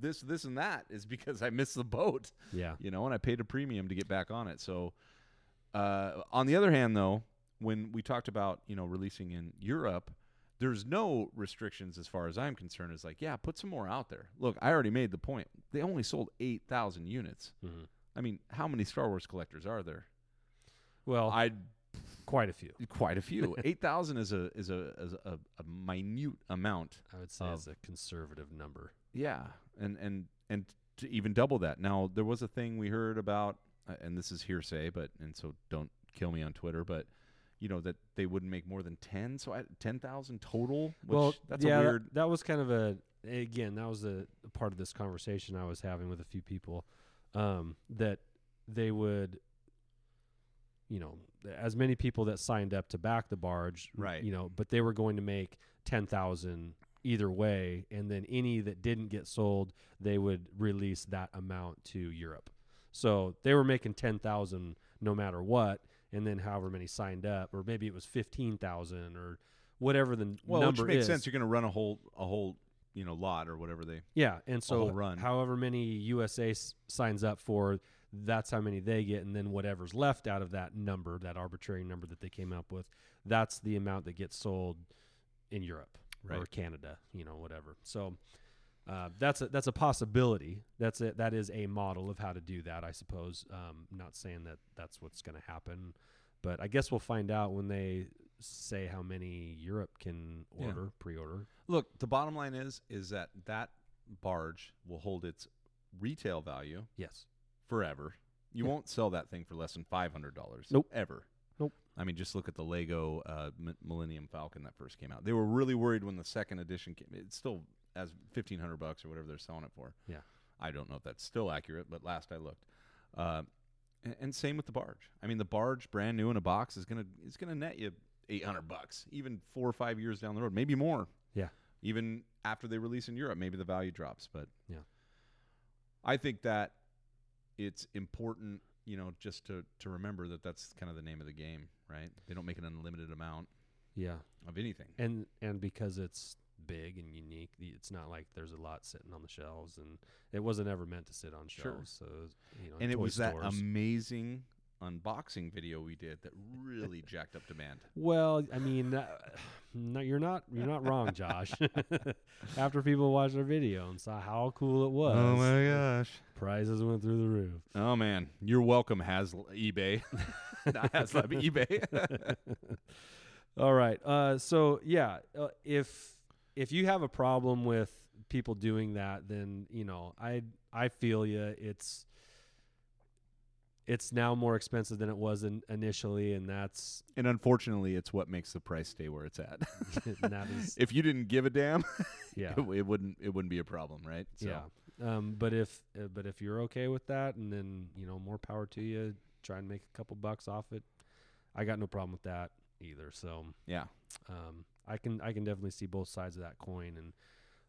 Speaker 2: this this and that is because i missed the boat
Speaker 3: yeah.
Speaker 2: you know and i paid a premium to get back on it so uh, on the other hand though when we talked about you know releasing in europe there's no restrictions as far as i'm concerned it's like yeah put some more out there look i already made the point they only sold 8000 units
Speaker 3: hmm
Speaker 2: I mean, how many Star Wars collectors are there?
Speaker 3: Well,
Speaker 2: I
Speaker 3: quite a few.
Speaker 2: quite a few. Eight thousand is a is a is a, a minute amount.
Speaker 3: I would say
Speaker 2: of-
Speaker 3: it's a conservative number.
Speaker 2: Yeah, and and and to even double that. Now there was a thing we heard about, uh, and this is hearsay, but and so don't kill me on Twitter, but you know that they wouldn't make more than ten, so I, ten thousand total. Which that's
Speaker 3: yeah,
Speaker 2: a
Speaker 3: that-
Speaker 2: weird.
Speaker 3: That, was kind of a again. That was a, a part of this conversation I was having with a few people um, that they would, you know, as many people that signed up to back the barge,
Speaker 2: Right.
Speaker 3: You know, but they were going to make ten thousand either way, and then any that didn't get sold, they would release that amount to Europe. So they were making ten thousand no matter what, and then however many signed up, or maybe it was fifteen thousand or whatever the n-
Speaker 2: well, which
Speaker 3: number
Speaker 2: makes
Speaker 3: is.
Speaker 2: sense. You're going to run a whole a whole you know lot or whatever they.
Speaker 3: yeah, and so
Speaker 2: whole run.
Speaker 3: however many USA s- signs up for, that's how many they get, and then whatever's left out of that number, that arbitrary number that they came up with, that's the amount that gets sold in Europe or
Speaker 2: Right.
Speaker 3: Canada, you know, whatever. So. Uh, that's a that's a possibility. That's it. That is a model of how to do that, I suppose. Um, not saying that that's what's going to happen, but I guess we'll find out when they say how many Europe can
Speaker 2: Yeah.
Speaker 3: order pre-order.
Speaker 2: Look, the bottom line is is that that barge will hold its retail value
Speaker 3: Yes.
Speaker 2: forever. You
Speaker 3: Yeah.
Speaker 2: won't sell that thing for less than five hundred dollars.
Speaker 3: Nope.
Speaker 2: ever.
Speaker 3: Nope.
Speaker 2: I mean, just look at the Lego uh, M- Millennium Falcon that first came out. They were really worried when the second edition came. It's still as fifteen hundred bucks or whatever they're selling it for.
Speaker 3: Yeah.
Speaker 2: I don't know if that's still accurate, but last I looked. Uh, a- and, same with the barge. I mean, the barge, brand new in a box, is gonna it's gonna net you eight hundred bucks, even four or five years down the road, maybe more.
Speaker 3: Yeah.
Speaker 2: Even after they release in Europe, maybe the value drops, but
Speaker 3: Yeah.
Speaker 2: I think that it's important, you know, just to to remember that that's kind of the name of the game, right? They don't make an unlimited amount
Speaker 3: Yeah.
Speaker 2: of anything.
Speaker 3: and and because it's big and unique the- it's not like there's a lot sitting on the shelves and it wasn't ever meant to sit on
Speaker 2: Sure.
Speaker 3: shelves so it was, you know in
Speaker 2: and it
Speaker 3: toy
Speaker 2: was that
Speaker 3: stores.
Speaker 2: amazing unboxing video we did that really jacked up demand.
Speaker 3: well i mean uh, no, you're not you're not wrong josh after people watched our video and saw how cool it was
Speaker 2: Oh gosh.
Speaker 3: prizes went through the roof
Speaker 2: Oh man, you're welcome Hasl eBay. Not Haslab eBay.
Speaker 3: All right. Uh, so yeah, uh, if if you have a problem with people doing that, then you know I I feel you. It's it's now more expensive than it was in, initially, and that's
Speaker 2: and unfortunately, it's what makes the price stay where it's at.
Speaker 3: and that is
Speaker 2: if you didn't give a damn,
Speaker 3: yeah
Speaker 2: it, it wouldn't it wouldn't be a problem, right?
Speaker 3: yeah. Um, but if uh, but if you're okay with that, and then you know more power to you. Try and make a couple bucks off it. I got no problem with that either. So
Speaker 2: Yeah.
Speaker 3: um, I can I can definitely see both sides of that coin, and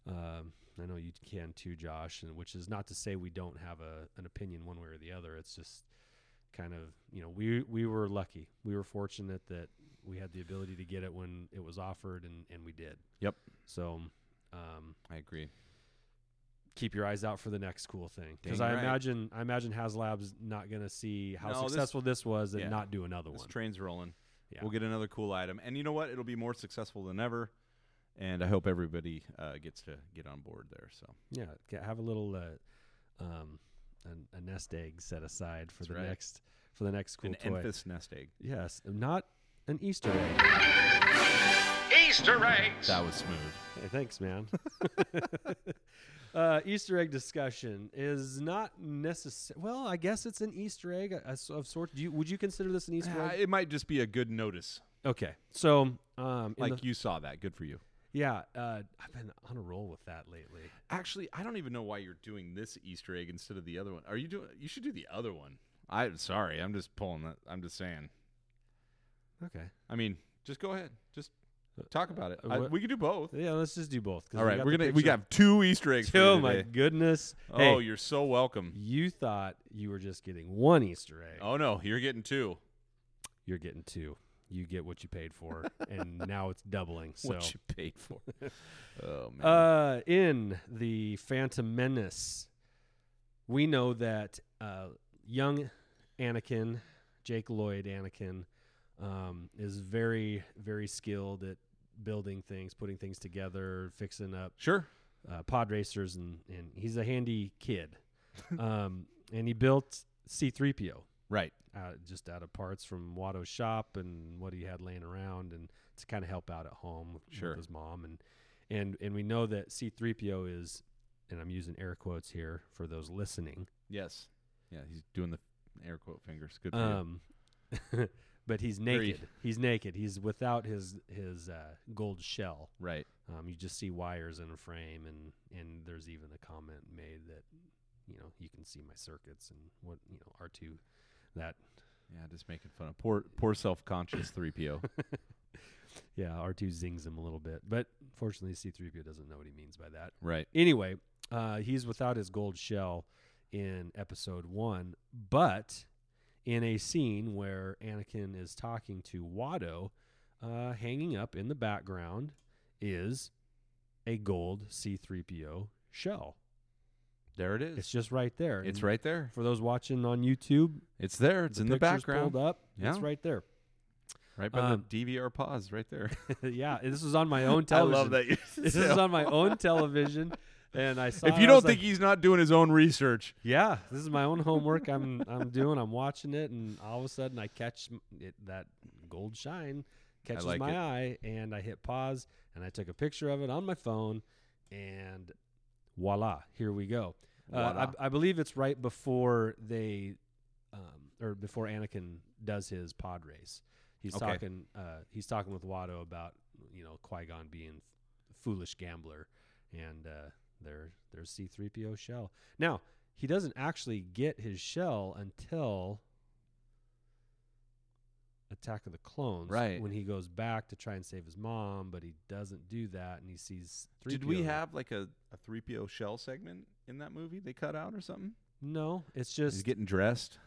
Speaker 3: Um, I know you can too, Josh, and which is not to say we don't have a an opinion one way or the other. It's just kind of you know we we were lucky, we were fortunate that we had the ability to get it when it was offered, and and we did.
Speaker 2: Yep.
Speaker 3: So. Um,
Speaker 2: I agree.
Speaker 3: keep your eyes out for the next cool thing because
Speaker 2: Dang
Speaker 3: I
Speaker 2: right.
Speaker 3: imagine I imagine HasLab's not going to see how
Speaker 2: No, this-
Speaker 3: successful this, was and
Speaker 2: yeah.
Speaker 3: not do another
Speaker 2: This
Speaker 3: one.
Speaker 2: train's rolling.
Speaker 3: Yeah.
Speaker 2: We'll get another cool item, and you know what? It'll be more successful than ever. And I hope everybody uh, gets to get on board there. So
Speaker 3: yeah, ca- have a little uh, um, an, a nest egg set aside for
Speaker 2: That's
Speaker 3: the
Speaker 2: right.
Speaker 3: next for the next cool
Speaker 2: an
Speaker 3: toy.
Speaker 2: Enfys nest egg.
Speaker 3: Yes, not an Easter egg.
Speaker 4: Easter eggs.
Speaker 2: That was smooth.
Speaker 3: Hey, thanks, man. uh, Easter egg discussion is not necessary. Well, I guess it's an Easter egg uh, s- of sorts. Do you, would you consider this an Easter
Speaker 2: Uh,
Speaker 3: egg?
Speaker 2: it might just be a good notice.
Speaker 3: Okay, so um, in the-
Speaker 2: Like you saw that. Good for you.
Speaker 3: yeah, uh, I've been on a roll with that lately.
Speaker 2: Actually, I don't even know why you're doing this Easter egg instead of the other one. Are you doing? You should do the other one. I'm sorry. I'm just pulling that. I'm just saying.
Speaker 3: Okay.
Speaker 2: I mean, just go ahead. Just talk about it.
Speaker 3: uh,
Speaker 2: I-
Speaker 3: what-
Speaker 2: we could do both.
Speaker 3: Yeah, let's just do both. 'cause
Speaker 2: All
Speaker 3: we
Speaker 2: right,
Speaker 3: got
Speaker 2: we're
Speaker 3: the
Speaker 2: gonna we
Speaker 3: picture.
Speaker 2: got two Easter eggs. for you
Speaker 3: Oh my
Speaker 2: today.
Speaker 3: goodness!
Speaker 2: Oh,
Speaker 3: hey,
Speaker 2: you're so welcome.
Speaker 3: you thought you were just getting one Easter egg.
Speaker 2: Oh no, you're getting two.
Speaker 3: You're getting two. You get what you paid for, and now it's doubling. So,
Speaker 2: What you paid for? oh man.
Speaker 3: uh, in the Phantom Menace, we know that uh, young Anakin, Jake Lloyd Anakin, um, is very very skilled at building things, putting things together, fixing up
Speaker 2: sure.
Speaker 3: uh, pod racers, and, and he's a handy kid. um, and he built C3PO
Speaker 2: Right.
Speaker 3: out, just out of parts from Watto's shop and what he had laying around, and to kind of help out at home with,
Speaker 2: Sure.
Speaker 3: with his mom. And and and we know that C3PO is, and I'm using air quotes here for those listening.
Speaker 2: Yes. Yeah, he's doing the air quote fingers. Good for you.
Speaker 3: Um, but he's
Speaker 2: Very-
Speaker 3: naked. He's naked. He's without his his uh, gold shell.
Speaker 2: Right.
Speaker 3: Um, you just see wires in a frame, and and there's even a comment made that, you know, you can see my circuits and what you know R two, that
Speaker 2: Yeah, just making fun of poor poor self conscious three PO.
Speaker 3: yeah R two zings him a little bit, but fortunately C three PO doesn't know what he means by that.
Speaker 2: Right.
Speaker 3: Anyway, uh, he's without his gold shell in episode one, but in a scene where Anakin is talking to Watto, uh, hanging up in the background is a gold C3PO shell.
Speaker 2: There it is.
Speaker 3: It's just right there.
Speaker 2: It's
Speaker 3: And
Speaker 2: right there.
Speaker 3: For those watching on YouTube,
Speaker 2: It's there. It's in the
Speaker 3: picture's
Speaker 2: background.
Speaker 3: pulled up. It's
Speaker 2: Yeah.
Speaker 3: right there.
Speaker 2: Right by
Speaker 3: Um,
Speaker 2: the DVR pause right there.
Speaker 3: yeah, this was on my own television.
Speaker 2: that. you-
Speaker 3: This is on my own television, and I saw. it,
Speaker 2: if you
Speaker 3: I was
Speaker 2: don't think
Speaker 3: like,
Speaker 2: he's not doing his own research,
Speaker 3: Yeah, this is my own homework. I'm I'm doing. I'm watching it, and all of a sudden I catch m- it, that gold shine catches
Speaker 2: like
Speaker 3: my
Speaker 2: it.
Speaker 3: eye, and I hit pause, and I took a picture of it on my phone, and voila, here we go. Uh,
Speaker 2: Voila.
Speaker 3: I, I believe it's right before they, um, or before Anakin does his pod race. He's
Speaker 2: Okay.
Speaker 3: talking. Uh, he's talking with Watto about you know Qui Gon being a foolish gambler, and uh, there there's C-3PO shell. Now he doesn't actually get his shell until Attack of the Clones,
Speaker 2: Right.
Speaker 3: When he goes back to try and save his mom, but he doesn't do that, and he sees. 3PO
Speaker 2: did we
Speaker 3: there.
Speaker 2: have like a a three PO shell segment in that movie? They cut out or something?
Speaker 3: No, it's just
Speaker 2: He's getting dressed.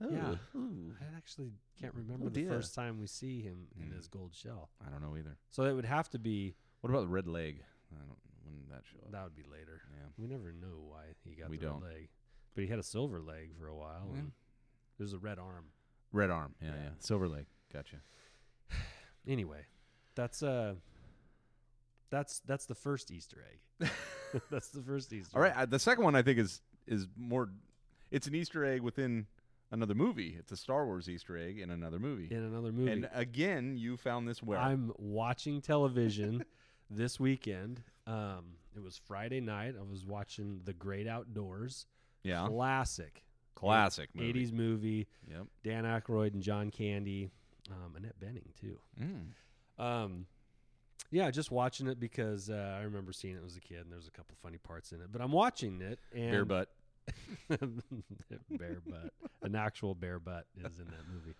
Speaker 3: Yeah.
Speaker 2: Ooh.
Speaker 3: I actually can't remember
Speaker 2: Oh,
Speaker 3: the
Speaker 2: dear.
Speaker 3: first time we see him in
Speaker 2: Mm.
Speaker 3: his gold shell.
Speaker 2: I don't know either.
Speaker 3: So it would have to be
Speaker 2: What about the red leg? I don't. When did that show up?
Speaker 3: that would be later.
Speaker 2: yeah.
Speaker 3: We never know why he got
Speaker 2: We
Speaker 3: the red
Speaker 2: don't.
Speaker 3: leg, but he had a silver leg for a while.
Speaker 2: Yeah.
Speaker 3: And there's a red arm.
Speaker 2: Red arm. Yeah,
Speaker 3: Yeah.
Speaker 2: yeah. Silver leg. Gotcha.
Speaker 3: Anyway, that's uh, that's that's the first Easter egg. that's the first Easter.
Speaker 2: All right.
Speaker 3: egg.
Speaker 2: I, the second one I think is is more. It's an Easter egg within another movie. It's a Star Wars Easter egg in another movie.
Speaker 3: in another movie.
Speaker 2: And again, you found this where
Speaker 3: I'm watching television this weekend. Um, it was Friday night. I was watching The Great Outdoors.
Speaker 2: yeah,
Speaker 3: Classic.
Speaker 2: classic movie.
Speaker 3: 80s movie.
Speaker 2: Yep.
Speaker 3: Dan Aykroyd and John Candy, um, Annette Benning too.
Speaker 2: Mm.
Speaker 3: Um, yeah, just watching it because uh, I remember seeing it as a kid, and there's a couple funny parts in it. But I'm watching it, and
Speaker 2: Bear butt.
Speaker 3: bare butt, an actual bare butt is in that movie.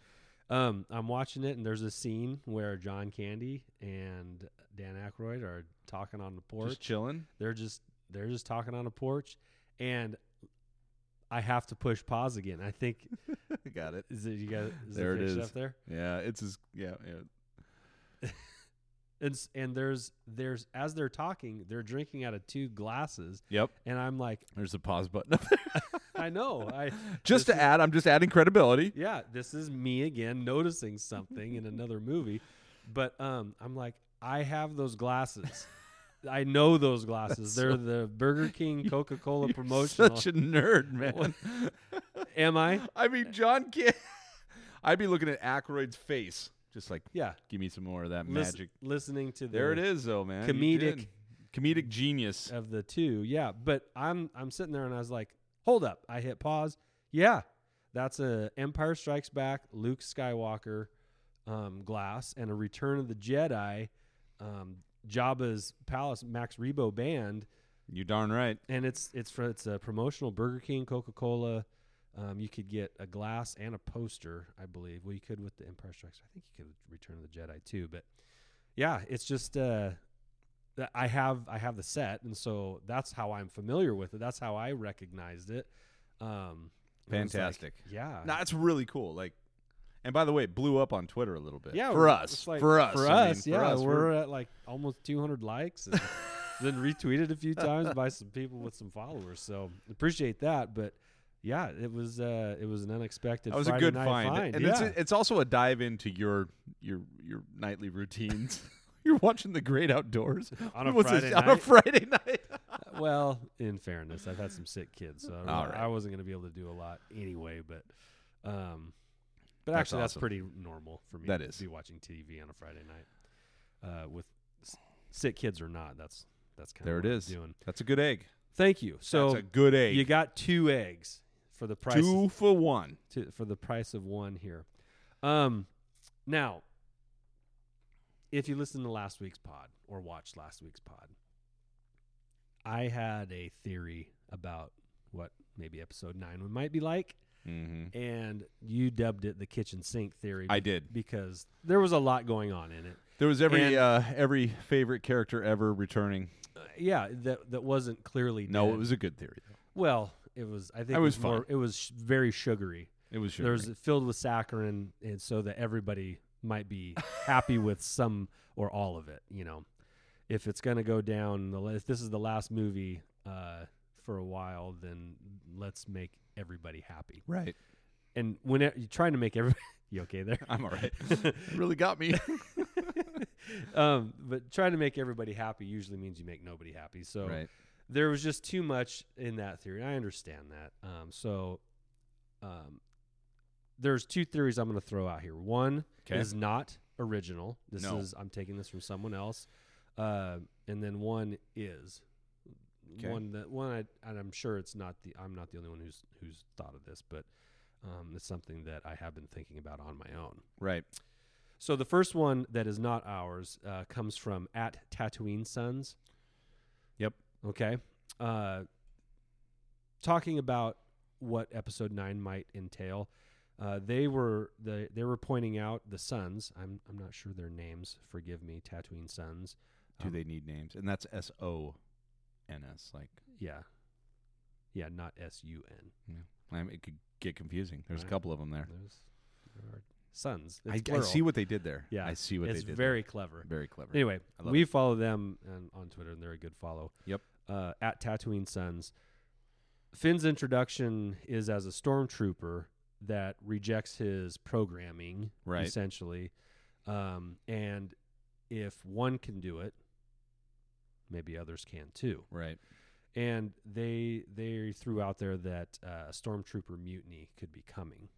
Speaker 3: Um, I'm watching it, and there's a scene where John Candy and Dan Aykroyd are talking on the porch.
Speaker 2: Just chilling.
Speaker 3: they're just they're just talking on a porch, and I have to push pause again. I think
Speaker 2: Got it.
Speaker 3: is it you guys is
Speaker 2: There it
Speaker 3: it fixed
Speaker 2: is.
Speaker 3: up there?
Speaker 2: Yeah, it's as yeah, yeah.
Speaker 3: And s- and there's there's as they're talking, they're drinking out of two glasses,
Speaker 2: Yep.
Speaker 3: and I'm like,
Speaker 2: There's the pause button up there.
Speaker 3: I know, I
Speaker 2: just to
Speaker 3: this is-
Speaker 2: add, I'm just adding credibility.
Speaker 3: yeah, this is me again noticing something in another movie. But um, I'm like, I have those glasses. I know those glasses. They're the Burger King Coca Cola
Speaker 2: You're
Speaker 3: promotional.
Speaker 2: Such a nerd, man.
Speaker 3: Am I?
Speaker 2: I mean, John Can I'd be looking at Aykroyd's face, just like,
Speaker 3: Yeah.
Speaker 2: give me some more of that
Speaker 3: Lis-
Speaker 2: magic.
Speaker 3: listening to the
Speaker 2: There it is, though, man. You
Speaker 3: Comedic- Uh,
Speaker 2: did. comedic genius.
Speaker 3: of the two. Yeah, but I'm I'm sitting there and I was like, hold up. I hit pause. Yeah, that's a Empire Strikes Back, Luke Skywalker, um, glass, and a Return of the Jedi, um, Jabba's palace, Max Rebo band,
Speaker 2: You darn right.
Speaker 3: and it's it's for it's a promotional Burger King, Coca Cola. Um, you could get a glass and a poster, I believe. Well, you could with the Empire Strikes. I think you could with Return of the Jedi too, but yeah, it's just uh, that I have I have the set, and so that's how I'm familiar with it. That's how I recognized it. Um, and I was like,
Speaker 2: Fantastic.
Speaker 3: yeah.
Speaker 2: No, it's really cool. Like, and by the way, it blew up on Twitter a little bit.
Speaker 3: yeah,
Speaker 2: for
Speaker 3: we're-
Speaker 2: us,
Speaker 3: it's like-
Speaker 2: for us,
Speaker 3: for
Speaker 2: I mean,
Speaker 3: us, yeah,
Speaker 2: us,
Speaker 3: we're, at like almost 200 likes, and then retweeted a few times by some people with some followers. So appreciate that, but yeah, it was uh, it was an unexpected.
Speaker 2: that was
Speaker 3: Friday
Speaker 2: a good
Speaker 3: night
Speaker 2: find, and
Speaker 3: yeah.
Speaker 2: it's it's also a dive into your your your nightly routines. You're watching The Great Outdoors
Speaker 3: On a
Speaker 2: What's
Speaker 3: Friday
Speaker 2: on a
Speaker 3: night?
Speaker 2: Friday night.
Speaker 3: well, in fairness, I've had some sick kids, so I, don't
Speaker 2: All
Speaker 3: know.
Speaker 2: right.
Speaker 3: I wasn't going to be able to do a lot anyway. But, um, but
Speaker 2: That's
Speaker 3: actually, that's
Speaker 2: awesome.
Speaker 3: pretty normal for me.
Speaker 2: That
Speaker 3: to
Speaker 2: is.
Speaker 3: be watching TV on a Friday night uh, with s- sick kids or not. That's that's kind
Speaker 2: There
Speaker 3: of
Speaker 2: it is.
Speaker 3: doing.
Speaker 2: That's a good egg.
Speaker 3: Thank you. So
Speaker 2: That's a good egg.
Speaker 3: you got two eggs for the price
Speaker 2: Two for one.
Speaker 3: to, for the price of one here. Um, now, if you listen to last week's pod or watched last week's pod, I had a theory about what maybe episode nine would might be like,
Speaker 2: Mm-hmm.
Speaker 3: and you dubbed it the kitchen sink theory.
Speaker 2: I did.
Speaker 3: because there was a lot going on in it.
Speaker 2: There was every
Speaker 3: And-
Speaker 2: uh, every favorite character ever returning.
Speaker 3: Uh, yeah, that that wasn't clearly.
Speaker 2: No, it
Speaker 3: dead.
Speaker 2: was a good theory. though.
Speaker 3: well. It was. I think
Speaker 2: It
Speaker 3: it
Speaker 2: was
Speaker 3: was,
Speaker 2: fun.
Speaker 3: more. It was sh- very sugary.
Speaker 2: It was sure.
Speaker 3: There's filled with saccharin, and so that everybody might be happy with some or all of it. You know, if it's gonna go down, the la- if this is the last movie uh, for a while, then let's make everybody happy.
Speaker 2: right.
Speaker 3: And when it- you're trying to make everybody, you okay there?
Speaker 2: I'm all right. it really got me. Uh.
Speaker 3: um, but trying to make everybody happy usually means you make nobody happy. So
Speaker 2: Right.
Speaker 3: there was just too much in that theory. and I understand that. Um, so um, there's two theories I'm going to throw out here. One
Speaker 2: 'Kay.
Speaker 3: is not original. This
Speaker 2: No.
Speaker 3: is I'm taking this from someone else, uh, and then one is
Speaker 2: 'Kay.
Speaker 3: one that one. I, and I'm sure it's not the I'm not the only one who's who's thought of this, but um, it's something that I have been thinking about on my own.
Speaker 2: Right.
Speaker 3: So the first one that is not ours uh, comes from at Tatooine Sons.
Speaker 2: Yep.
Speaker 3: Okay. Uh, talking about what Episode Nine might entail, uh, they were they they were pointing out the sons. I'm I'm not sure their names. Forgive me, Tatooine Sons.
Speaker 2: Do
Speaker 3: Um,
Speaker 2: they need names? And that's S O N S. Like
Speaker 3: Yeah. Yeah, not S U N.
Speaker 2: I mean, it could get confusing. There's a
Speaker 3: Right.
Speaker 2: couple of them there.
Speaker 3: There's there are sons.
Speaker 2: I,
Speaker 3: It's
Speaker 2: I see
Speaker 3: plural.
Speaker 2: what they did there.
Speaker 3: Yeah,
Speaker 2: I see what
Speaker 3: it's
Speaker 2: they did.
Speaker 3: very clever.
Speaker 2: there. very clever.
Speaker 3: Anyway,
Speaker 2: I love
Speaker 3: we follow them on, on Twitter, and they're a good follow.
Speaker 2: Yep.
Speaker 3: Uh, at Tatooine Sons. Finn's introduction is as a stormtrooper that rejects his programming,
Speaker 2: Right.
Speaker 3: essentially. Um, and if one can do it, maybe others can too.
Speaker 2: Right.
Speaker 3: And they they threw out there that uh, a stormtrooper mutiny could be coming.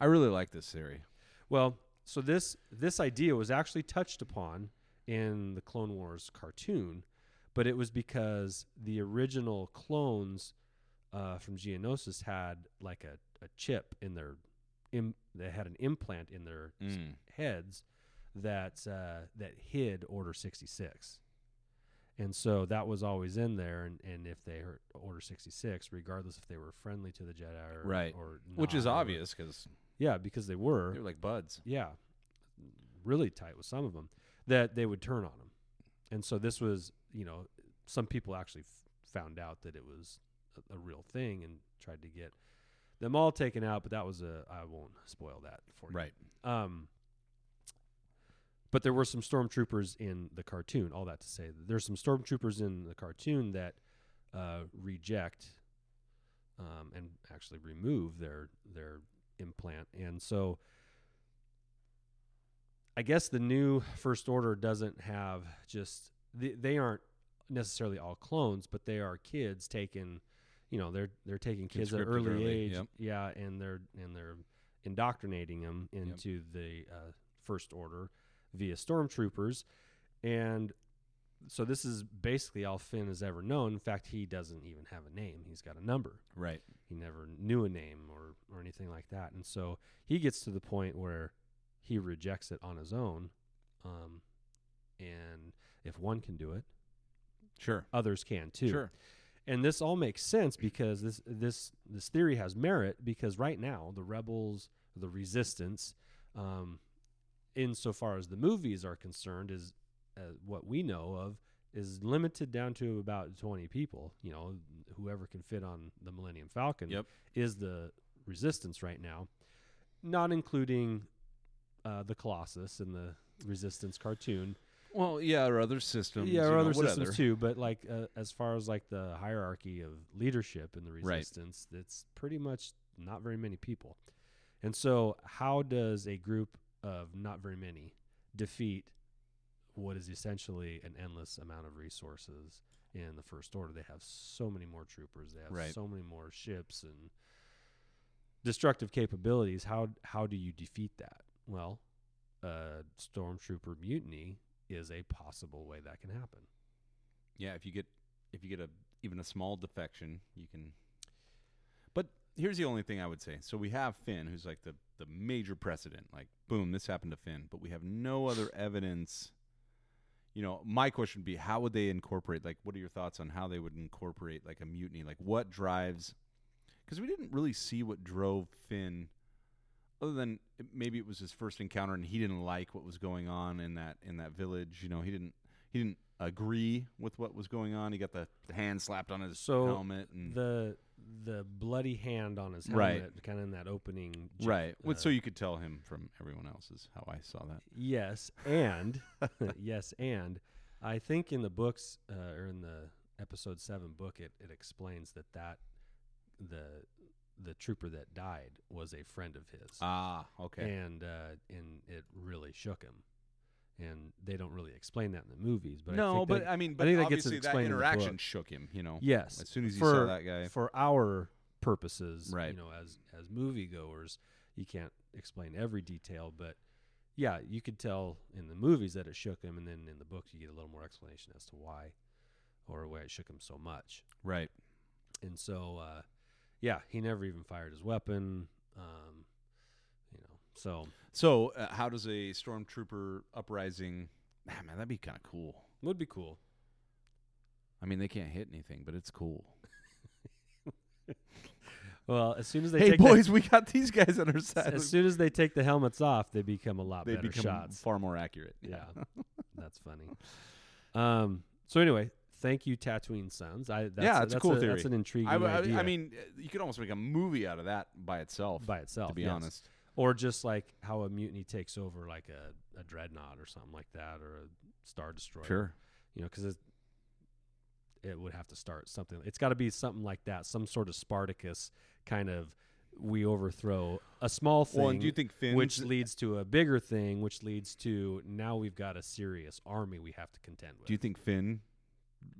Speaker 2: I really like this theory.
Speaker 3: Well, so this this idea was actually touched upon in the Clone Wars cartoon, but it was because the original clones uh, from Geonosis had like a, a chip in their Im- they had an implant in their s-
Speaker 2: Mm.
Speaker 3: heads that uh, that hid Order sixty six. And so that was always in there, and, and if they heard Order sixty six, regardless if they were friendly to the Jedi or
Speaker 2: Right.
Speaker 3: or
Speaker 2: Which is
Speaker 3: not, or-
Speaker 2: obvious because
Speaker 3: Yeah, because they were.
Speaker 2: They were like buds.
Speaker 3: yeah, really tight with some of them that they would turn on him. And so this was, you know, some people actually f- found out that it was a, a real thing and tried to get them all taken out. But that was a I won't spoil that for you. Um, but there were some stormtroopers in the cartoon. All that to say, that there's some stormtroopers in the cartoon that uh, reject um, and actually remove their their implant, and so I guess the new First Order doesn't have just they, they aren't necessarily all clones, but they are kids taken. You know, they're they're taking kids at an
Speaker 5: Conscripted
Speaker 3: early,
Speaker 5: early,
Speaker 3: age,
Speaker 5: yep.
Speaker 3: yeah, and they're and they're indoctrinating them into the uh, First Order via stormtroopers, and so this is basically all Finn has ever known. In fact, he doesn't even have a name; he's got a number.
Speaker 2: Right.
Speaker 3: He never knew a name or or anything like that, and so he gets to the point where he rejects it on his own. Um, and if one can do it,
Speaker 5: Sure.
Speaker 3: others can too
Speaker 5: Sure.
Speaker 3: and this all makes sense because this this this theory has merit because right now the rebels the resistance um insofar as the movies are concerned is uh, what we know of is limited down to about 20 people you know whoever can fit on the millennium falcon
Speaker 2: Yep.
Speaker 3: is the resistance right now not including uh, the colossus in the resistance cartoon
Speaker 2: Well, yeah, or other systems.
Speaker 3: yeah,
Speaker 2: you
Speaker 3: or
Speaker 2: know,
Speaker 3: other
Speaker 2: what
Speaker 3: systems
Speaker 2: other?
Speaker 3: too. But like uh, as far as like the hierarchy of leadership in the
Speaker 2: Right.
Speaker 3: resistance, it's pretty much not very many people. And so, how does a group of not very many defeat what is essentially an endless amount of resources in the First Order? They have so many more troopers. They have
Speaker 2: Right.
Speaker 3: so many more ships and destructive capabilities. How how do you defeat that? Well, a stormtrooper mutiny is a possible way that can happen.
Speaker 2: Yeah, if you get if you get a even a small defection, you can. But here's the only thing I would say. So we have Finn, who's like the the major precedent. Like, boom, this happened to Finn. But we have no other evidence. You know, my question would be, how would they incorporate? Like, what are your thoughts on how they would incorporate like a mutiny? Like, what drives? Because we didn't really see what drove Finn, other than it- maybe it was his first encounter and he didn't like what was going on in that in that village. You know, he didn't he didn't agree with what was going on. He got the hand slapped on his
Speaker 3: So,
Speaker 2: helmet and
Speaker 3: The the bloody hand on his
Speaker 2: Mm. Right.
Speaker 3: helmet, kind of in that opening. ju-
Speaker 2: right. Well, so
Speaker 3: uh,
Speaker 2: you could tell him from everyone else is how I saw that.
Speaker 3: Yes, and yes, and I think in the books uh, or in the episode seven book, it, it explains that that the the trooper that died was a friend of his,
Speaker 2: Ah, okay.
Speaker 3: and uh, and it really shook him. And they don't really explain that in the movies, but I
Speaker 2: no,
Speaker 3: think they-
Speaker 2: but I mean,
Speaker 3: I
Speaker 2: but
Speaker 3: think that gets
Speaker 2: obviously that
Speaker 3: explained in the
Speaker 2: interaction
Speaker 3: book.
Speaker 2: shook him. You know,
Speaker 3: Yes.
Speaker 2: as soon as he
Speaker 3: for,
Speaker 2: saw that guy,
Speaker 3: For our purposes,
Speaker 2: Right.
Speaker 3: you know, as as moviegoers, you can't explain every detail, but yeah, you could tell in the movies that it shook him, and then in the book you get a little more explanation as to why or why it shook him so much.
Speaker 2: right?
Speaker 3: And so, uh, yeah, he never even fired his weapon. Um, you know, so
Speaker 2: So, uh, how does a stormtrooper uprising? Ah, man, that'd be kind of cool.
Speaker 3: would be cool.
Speaker 2: I mean, they can't hit anything, but it's cool.
Speaker 3: Well, as soon as they
Speaker 2: hey,
Speaker 3: take the-
Speaker 2: boys, we got these guys on our side.
Speaker 3: as soon as they take the helmets off, they become a lot
Speaker 2: they
Speaker 3: better
Speaker 2: become
Speaker 3: shots.
Speaker 2: far more accurate.
Speaker 3: Yeah, that's funny. Um. So anyway, thank you, Tatooine Sons. I that's,
Speaker 2: Yeah, it's a
Speaker 3: that's
Speaker 2: cool
Speaker 3: That's
Speaker 2: theory.
Speaker 3: an intriguing
Speaker 2: I, w- I-
Speaker 3: idea.
Speaker 2: I mean, uh, you could almost make a movie out of that by itself.
Speaker 3: by itself,
Speaker 2: to be
Speaker 3: yes.
Speaker 2: honest,
Speaker 3: or just like how a mutiny takes over, like a, a dreadnought or something like that, or a star destroyer. you know, because it would have to start something. It's got to be something like that, some sort of Spartacus kind of. We overthrow a small thing,
Speaker 2: Well, and do you think Finn's
Speaker 3: which leads to a bigger thing, which leads to now we've got a serious army we have to contend with.
Speaker 2: Do you think Finn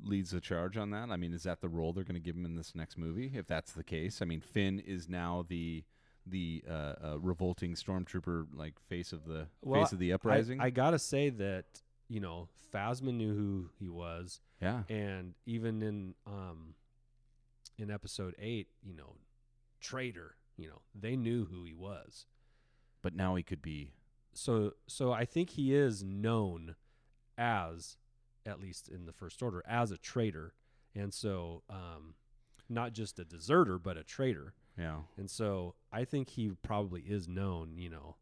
Speaker 2: leads the charge on that? I mean, is that the role they're going to give him in this next movie? If that's the case, I mean, Finn is now the the uh, uh, revolting stormtrooper, like face of the
Speaker 3: Well,
Speaker 2: face of the
Speaker 3: I-
Speaker 2: uprising.
Speaker 3: I, gotta say that you know Phasma knew who he was,
Speaker 2: yeah,
Speaker 3: and even in um in episode eight, you know, traitor, you know, they knew who he was.
Speaker 2: but now he could be
Speaker 3: So so I think he is known as at least in the first order as a traitor, and so um not just a deserter but a traitor.
Speaker 2: Yeah.
Speaker 3: And so I think he probably is known, you know,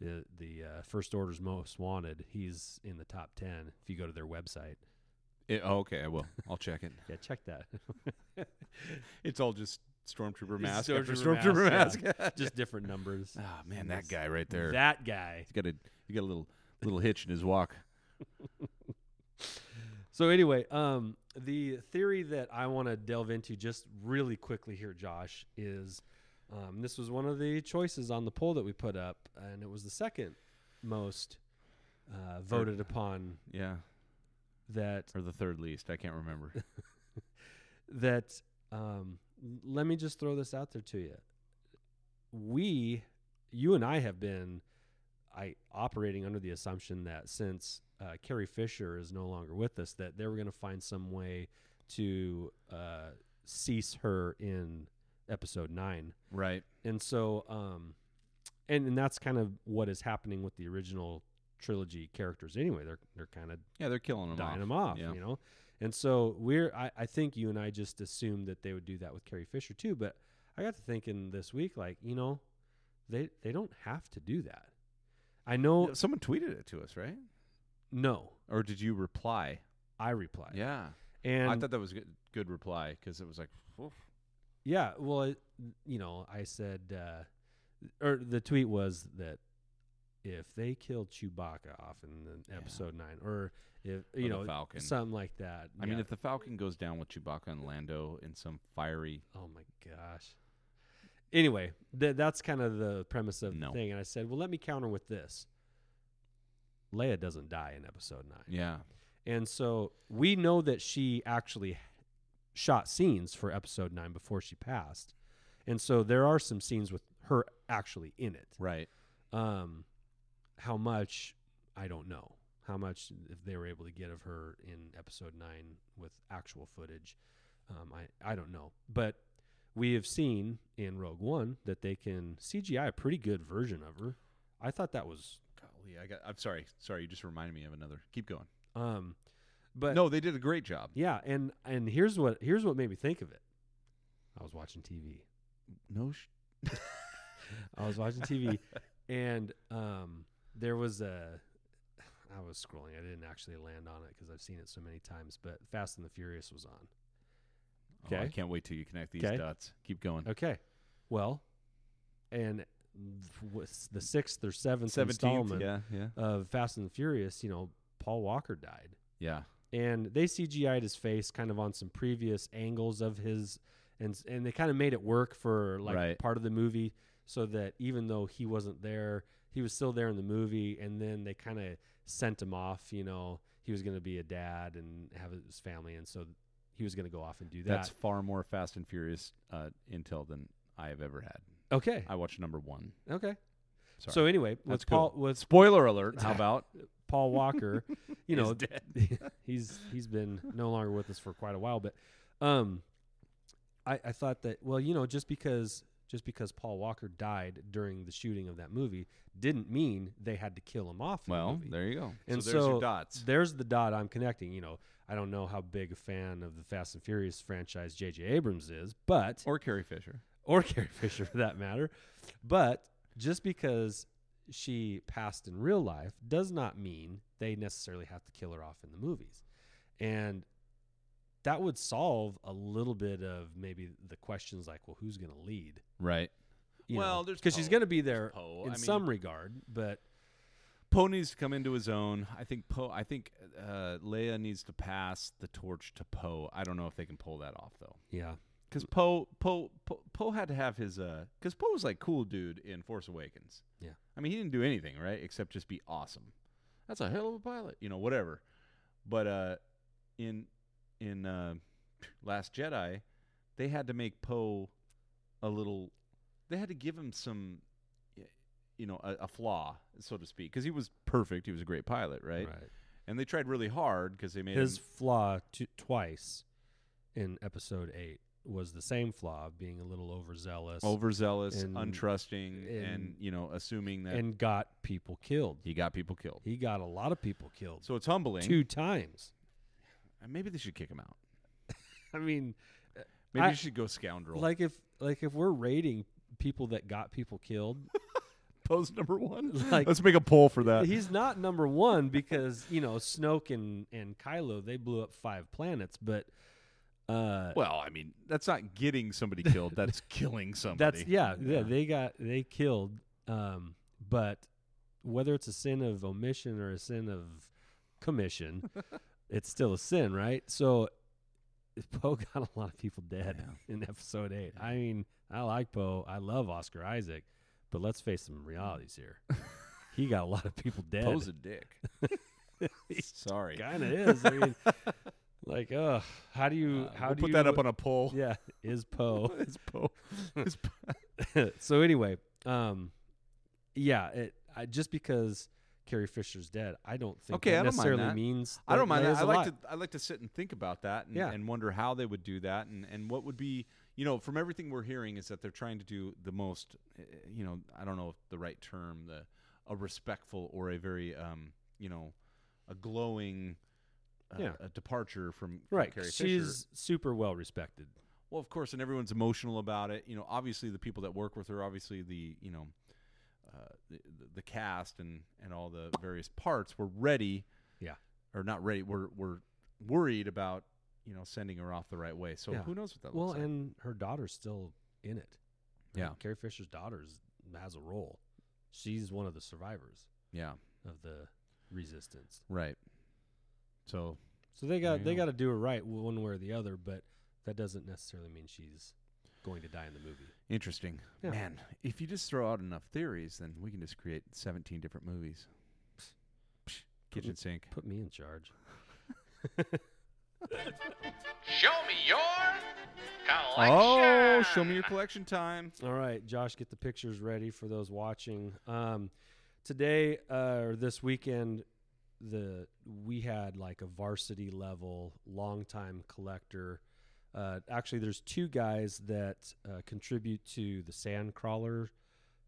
Speaker 3: the, the uh, First Order's Most Wanted. He's in the top 10 if you go to their website.
Speaker 2: It, oh, okay, I will. I'll check it.
Speaker 3: Yeah, check that.
Speaker 2: It's all just stormtrooper
Speaker 3: It's
Speaker 2: mask
Speaker 3: Stormtrooper
Speaker 2: after
Speaker 3: mask,
Speaker 2: stormtrooper mask.
Speaker 3: yeah. Just different numbers.
Speaker 2: Ah, man, that guy right there.
Speaker 3: That guy.
Speaker 2: he's got a he got a little little hitch in his walk.
Speaker 3: So anyway, um, the theory that I want to delve into just really quickly here, Josh, is um, this was one of the choices on the poll that we put up, and it was the second most uh, voted upon
Speaker 2: Yeah,
Speaker 3: that
Speaker 2: or the third least. I can't remember.
Speaker 3: that um, let me just throw this out there to you. We, you and I have been I operating under the assumption that since uh, Carrie Fisher is no longer with us, that they were going to find some way to uh, cease her in episode nine.
Speaker 2: right.
Speaker 3: And so, um, and, and that's kind of what is happening with the original trilogy characters anyway. They're, they're kind of
Speaker 2: Yeah, they're killing him
Speaker 3: dying
Speaker 2: off.
Speaker 3: them off,
Speaker 2: Yeah.
Speaker 3: you know? And so we're, I, I think you and I just assumed that they would do that with Carrie Fisher too. But I got to thinking this week, like, you know, they, they don't have to do that. I know,
Speaker 2: Yeah, Someone tweeted it to us, right?
Speaker 3: no,
Speaker 2: Or did you reply?
Speaker 3: I replied.
Speaker 2: Yeah,
Speaker 3: And
Speaker 2: I thought that was a good, good reply because it was like, oof.
Speaker 3: yeah, well, it, you know, I said, uh, or the tweet was that if they killed Chewbacca off in the episode nine, or if, you
Speaker 2: the
Speaker 3: know,
Speaker 2: Falcon.
Speaker 3: something like that.
Speaker 2: I mean,
Speaker 3: yeah.
Speaker 2: if the Falcon goes down with Chewbacca and Lando in some fiery,
Speaker 3: Oh my gosh. Anyway, th- that's kind of the premise of
Speaker 2: No.
Speaker 3: the thing. And I said, well, let me counter with this. Leia doesn't die in episode nine.
Speaker 2: yeah,
Speaker 3: And so we know that she actually shot scenes for episode nine before she passed. And so there are some scenes with her actually in it.
Speaker 2: right,
Speaker 3: Um, how much I don't know. How much if they were able to get of her in episode nine with actual footage, um, I I don't know. But we have seen in Rogue One that they can CGI a pretty good version of her. I thought that was
Speaker 2: Golly, I got. I'm sorry, sorry. You just reminded me of another. Keep going.
Speaker 3: um, but
Speaker 2: no, they did a great job.
Speaker 3: yeah, and and here's what here's what made me think of it. I was watching TV.
Speaker 2: No, sh-
Speaker 3: I was watching TV, and um, there was a. I was scrolling. I didn't actually land on it because I've seen it so many times. But Fast and the Furious was on.
Speaker 2: oh, I
Speaker 3: Okay.
Speaker 2: can't wait till you connect these
Speaker 3: 'Kay.
Speaker 2: dots. Keep going.
Speaker 3: Okay, well, and was the sixth or seventh installment
Speaker 2: yeah, yeah,
Speaker 3: of Fast and the Furious, you know, Paul Walker died,
Speaker 2: yeah.
Speaker 3: and they CGI'd his face kind of on some previous angles of his, and s- and they kind of made it work for like
Speaker 2: Right.
Speaker 3: part of the movie, so that even though he wasn't there, he was still there in the movie, and then they kind of sent him off. You know, he was going to be a dad and have his family, and so he was going to go off and do that.
Speaker 2: That's far more Fast and Furious uh, intel than I have ever had.
Speaker 3: okay,
Speaker 2: I watched number one.
Speaker 3: okay.
Speaker 2: Sorry.
Speaker 3: So anyway,
Speaker 2: That's
Speaker 3: with Paul,
Speaker 2: cool.
Speaker 3: with
Speaker 2: spoiler alert. How about
Speaker 3: Paul Walker, you know,
Speaker 2: Is dead.
Speaker 3: he's he's been no longer with us for quite a while. But um, I, I thought that well, you know, just because just because Paul Walker died during the shooting of that movie didn't mean they had to kill him off. in the
Speaker 2: Well,
Speaker 3: movie.
Speaker 2: there you go.
Speaker 3: and
Speaker 2: so there's
Speaker 3: so
Speaker 2: your dots.
Speaker 3: there's the dot I'm connecting. You know, I don't know how big a fan of the Fast and Furious franchise J.J. Abrams is, but
Speaker 2: Or Carrie Fisher.
Speaker 3: or Carrie Fisher for that matter. But just because she passed in real life does not mean they necessarily have to kill her off in the movies. And that would solve a little bit of maybe the questions like, well, who's going to lead?
Speaker 2: Right.
Speaker 3: You
Speaker 2: Well, there's
Speaker 3: because she's
Speaker 2: Poe.
Speaker 3: going to be there
Speaker 2: Poe.
Speaker 3: in
Speaker 2: I mean-
Speaker 3: some regard, but
Speaker 2: Poe needs to come into his own. I think Poe. I think uh, Leia needs to pass the torch to Poe. I don't know if they can pull that off though,
Speaker 3: yeah,
Speaker 2: because Poe Poe Poe Poe had to have his. Because Poe was like cool dude in Force Awakens.
Speaker 3: Yeah.
Speaker 2: I mean, he didn't do anything right except just be awesome. That's a hell of a pilot, you know. Whatever. But uh, in in uh, Last Jedi, they had to make Poe a little. They had to give him some, y- you know, a, a flaw, so to speak, because he was perfect. He was a great pilot, right? And they tried really hard because they made
Speaker 3: His
Speaker 2: him,
Speaker 3: flaw t- twice in episode eight was the same flaw of being a little overzealous
Speaker 2: overzealous,
Speaker 3: and-
Speaker 2: untrusting, and,
Speaker 3: and-
Speaker 2: you know, assuming that
Speaker 3: and got people killed.
Speaker 2: he got people killed.
Speaker 3: He got a lot of people killed.
Speaker 2: So it's humbling.
Speaker 3: two times.
Speaker 2: Uh, Maybe they should kick him out.
Speaker 3: I mean,
Speaker 2: Maybe
Speaker 3: I-
Speaker 2: you should go scoundrel.
Speaker 3: like if like if we're rating people that got people killed,
Speaker 6: Pose number one.
Speaker 3: like
Speaker 6: Let's make a poll for that.
Speaker 3: he's not number one because you know Snoke and and Kylo they blew up five planets, but uh,
Speaker 2: Well, I mean, that's not getting somebody killed. That's killing somebody.
Speaker 3: that's yeah, yeah they got they killed. Um, but whether it's a sin of omission or a sin of commission, it's still a sin, right? So Poe got a lot of people dead in episode eight. I mean, I like Poe. I love Oscar Isaac, but let's face some realities here. he got a lot of people dead.
Speaker 2: Poe's a dick. Sorry.
Speaker 3: kind of is. I mean, like, uh, how do you
Speaker 2: Uh,
Speaker 3: how
Speaker 2: we'll
Speaker 3: do
Speaker 2: put
Speaker 3: you,
Speaker 2: that up on a poll.
Speaker 3: Yeah, is Poe.
Speaker 2: it's Poe. It's Poe.
Speaker 3: so anyway, um, yeah, it I, just because Carrie Fisher's dead, I don't think
Speaker 2: Okay,
Speaker 3: that
Speaker 2: I don't mind
Speaker 3: necessarily
Speaker 2: that.
Speaker 3: means
Speaker 2: I
Speaker 3: that
Speaker 2: don't mind that.
Speaker 3: Leia's
Speaker 2: I like
Speaker 3: alive.
Speaker 2: to I like to sit and think about that and,
Speaker 3: Yeah.
Speaker 2: and wonder how they would do that and, and what would be you know from everything we're hearing is that they're trying to do the most eh, you know I don't know if the right term the a respectful or a very um you know a glowing uh,
Speaker 3: Yeah.
Speaker 2: a departure from, from
Speaker 3: right.
Speaker 2: Carrie Fisher.
Speaker 3: She's super well respected.
Speaker 2: Well, of course, and everyone's emotional about it. You know, obviously the people that work with her, obviously the you know, uh, the, the cast and and all the various parts were ready.
Speaker 3: Yeah.
Speaker 2: Or not ready. Were were worried about you know sending her off the right way. So
Speaker 3: Yeah.
Speaker 2: who knows what that
Speaker 3: Well,
Speaker 2: looks like?
Speaker 3: and her daughter's still in it.
Speaker 2: Yeah.
Speaker 3: Carrie Fisher's daughter is- has a role. She's one of the survivors
Speaker 2: yeah.
Speaker 3: of the resistance.
Speaker 2: Right. So
Speaker 3: So they got they
Speaker 2: Yeah.
Speaker 3: got to do it right w- one way or the other, but that doesn't necessarily mean she's going to die in the movie.
Speaker 2: interesting,
Speaker 3: Yeah.
Speaker 2: man. If you just throw out enough theories, then we can just create seventeen different movies. Kitchen sink.
Speaker 3: Put me in charge.
Speaker 4: Show me your collection.
Speaker 2: Oh, show me your collection time.
Speaker 3: All right, Josh, get the pictures ready for those watching. Um, today uh, or this weekend, the we had like a varsity level longtime collector. Uh, actually, there's two guys that uh, contribute to the Sandcrawler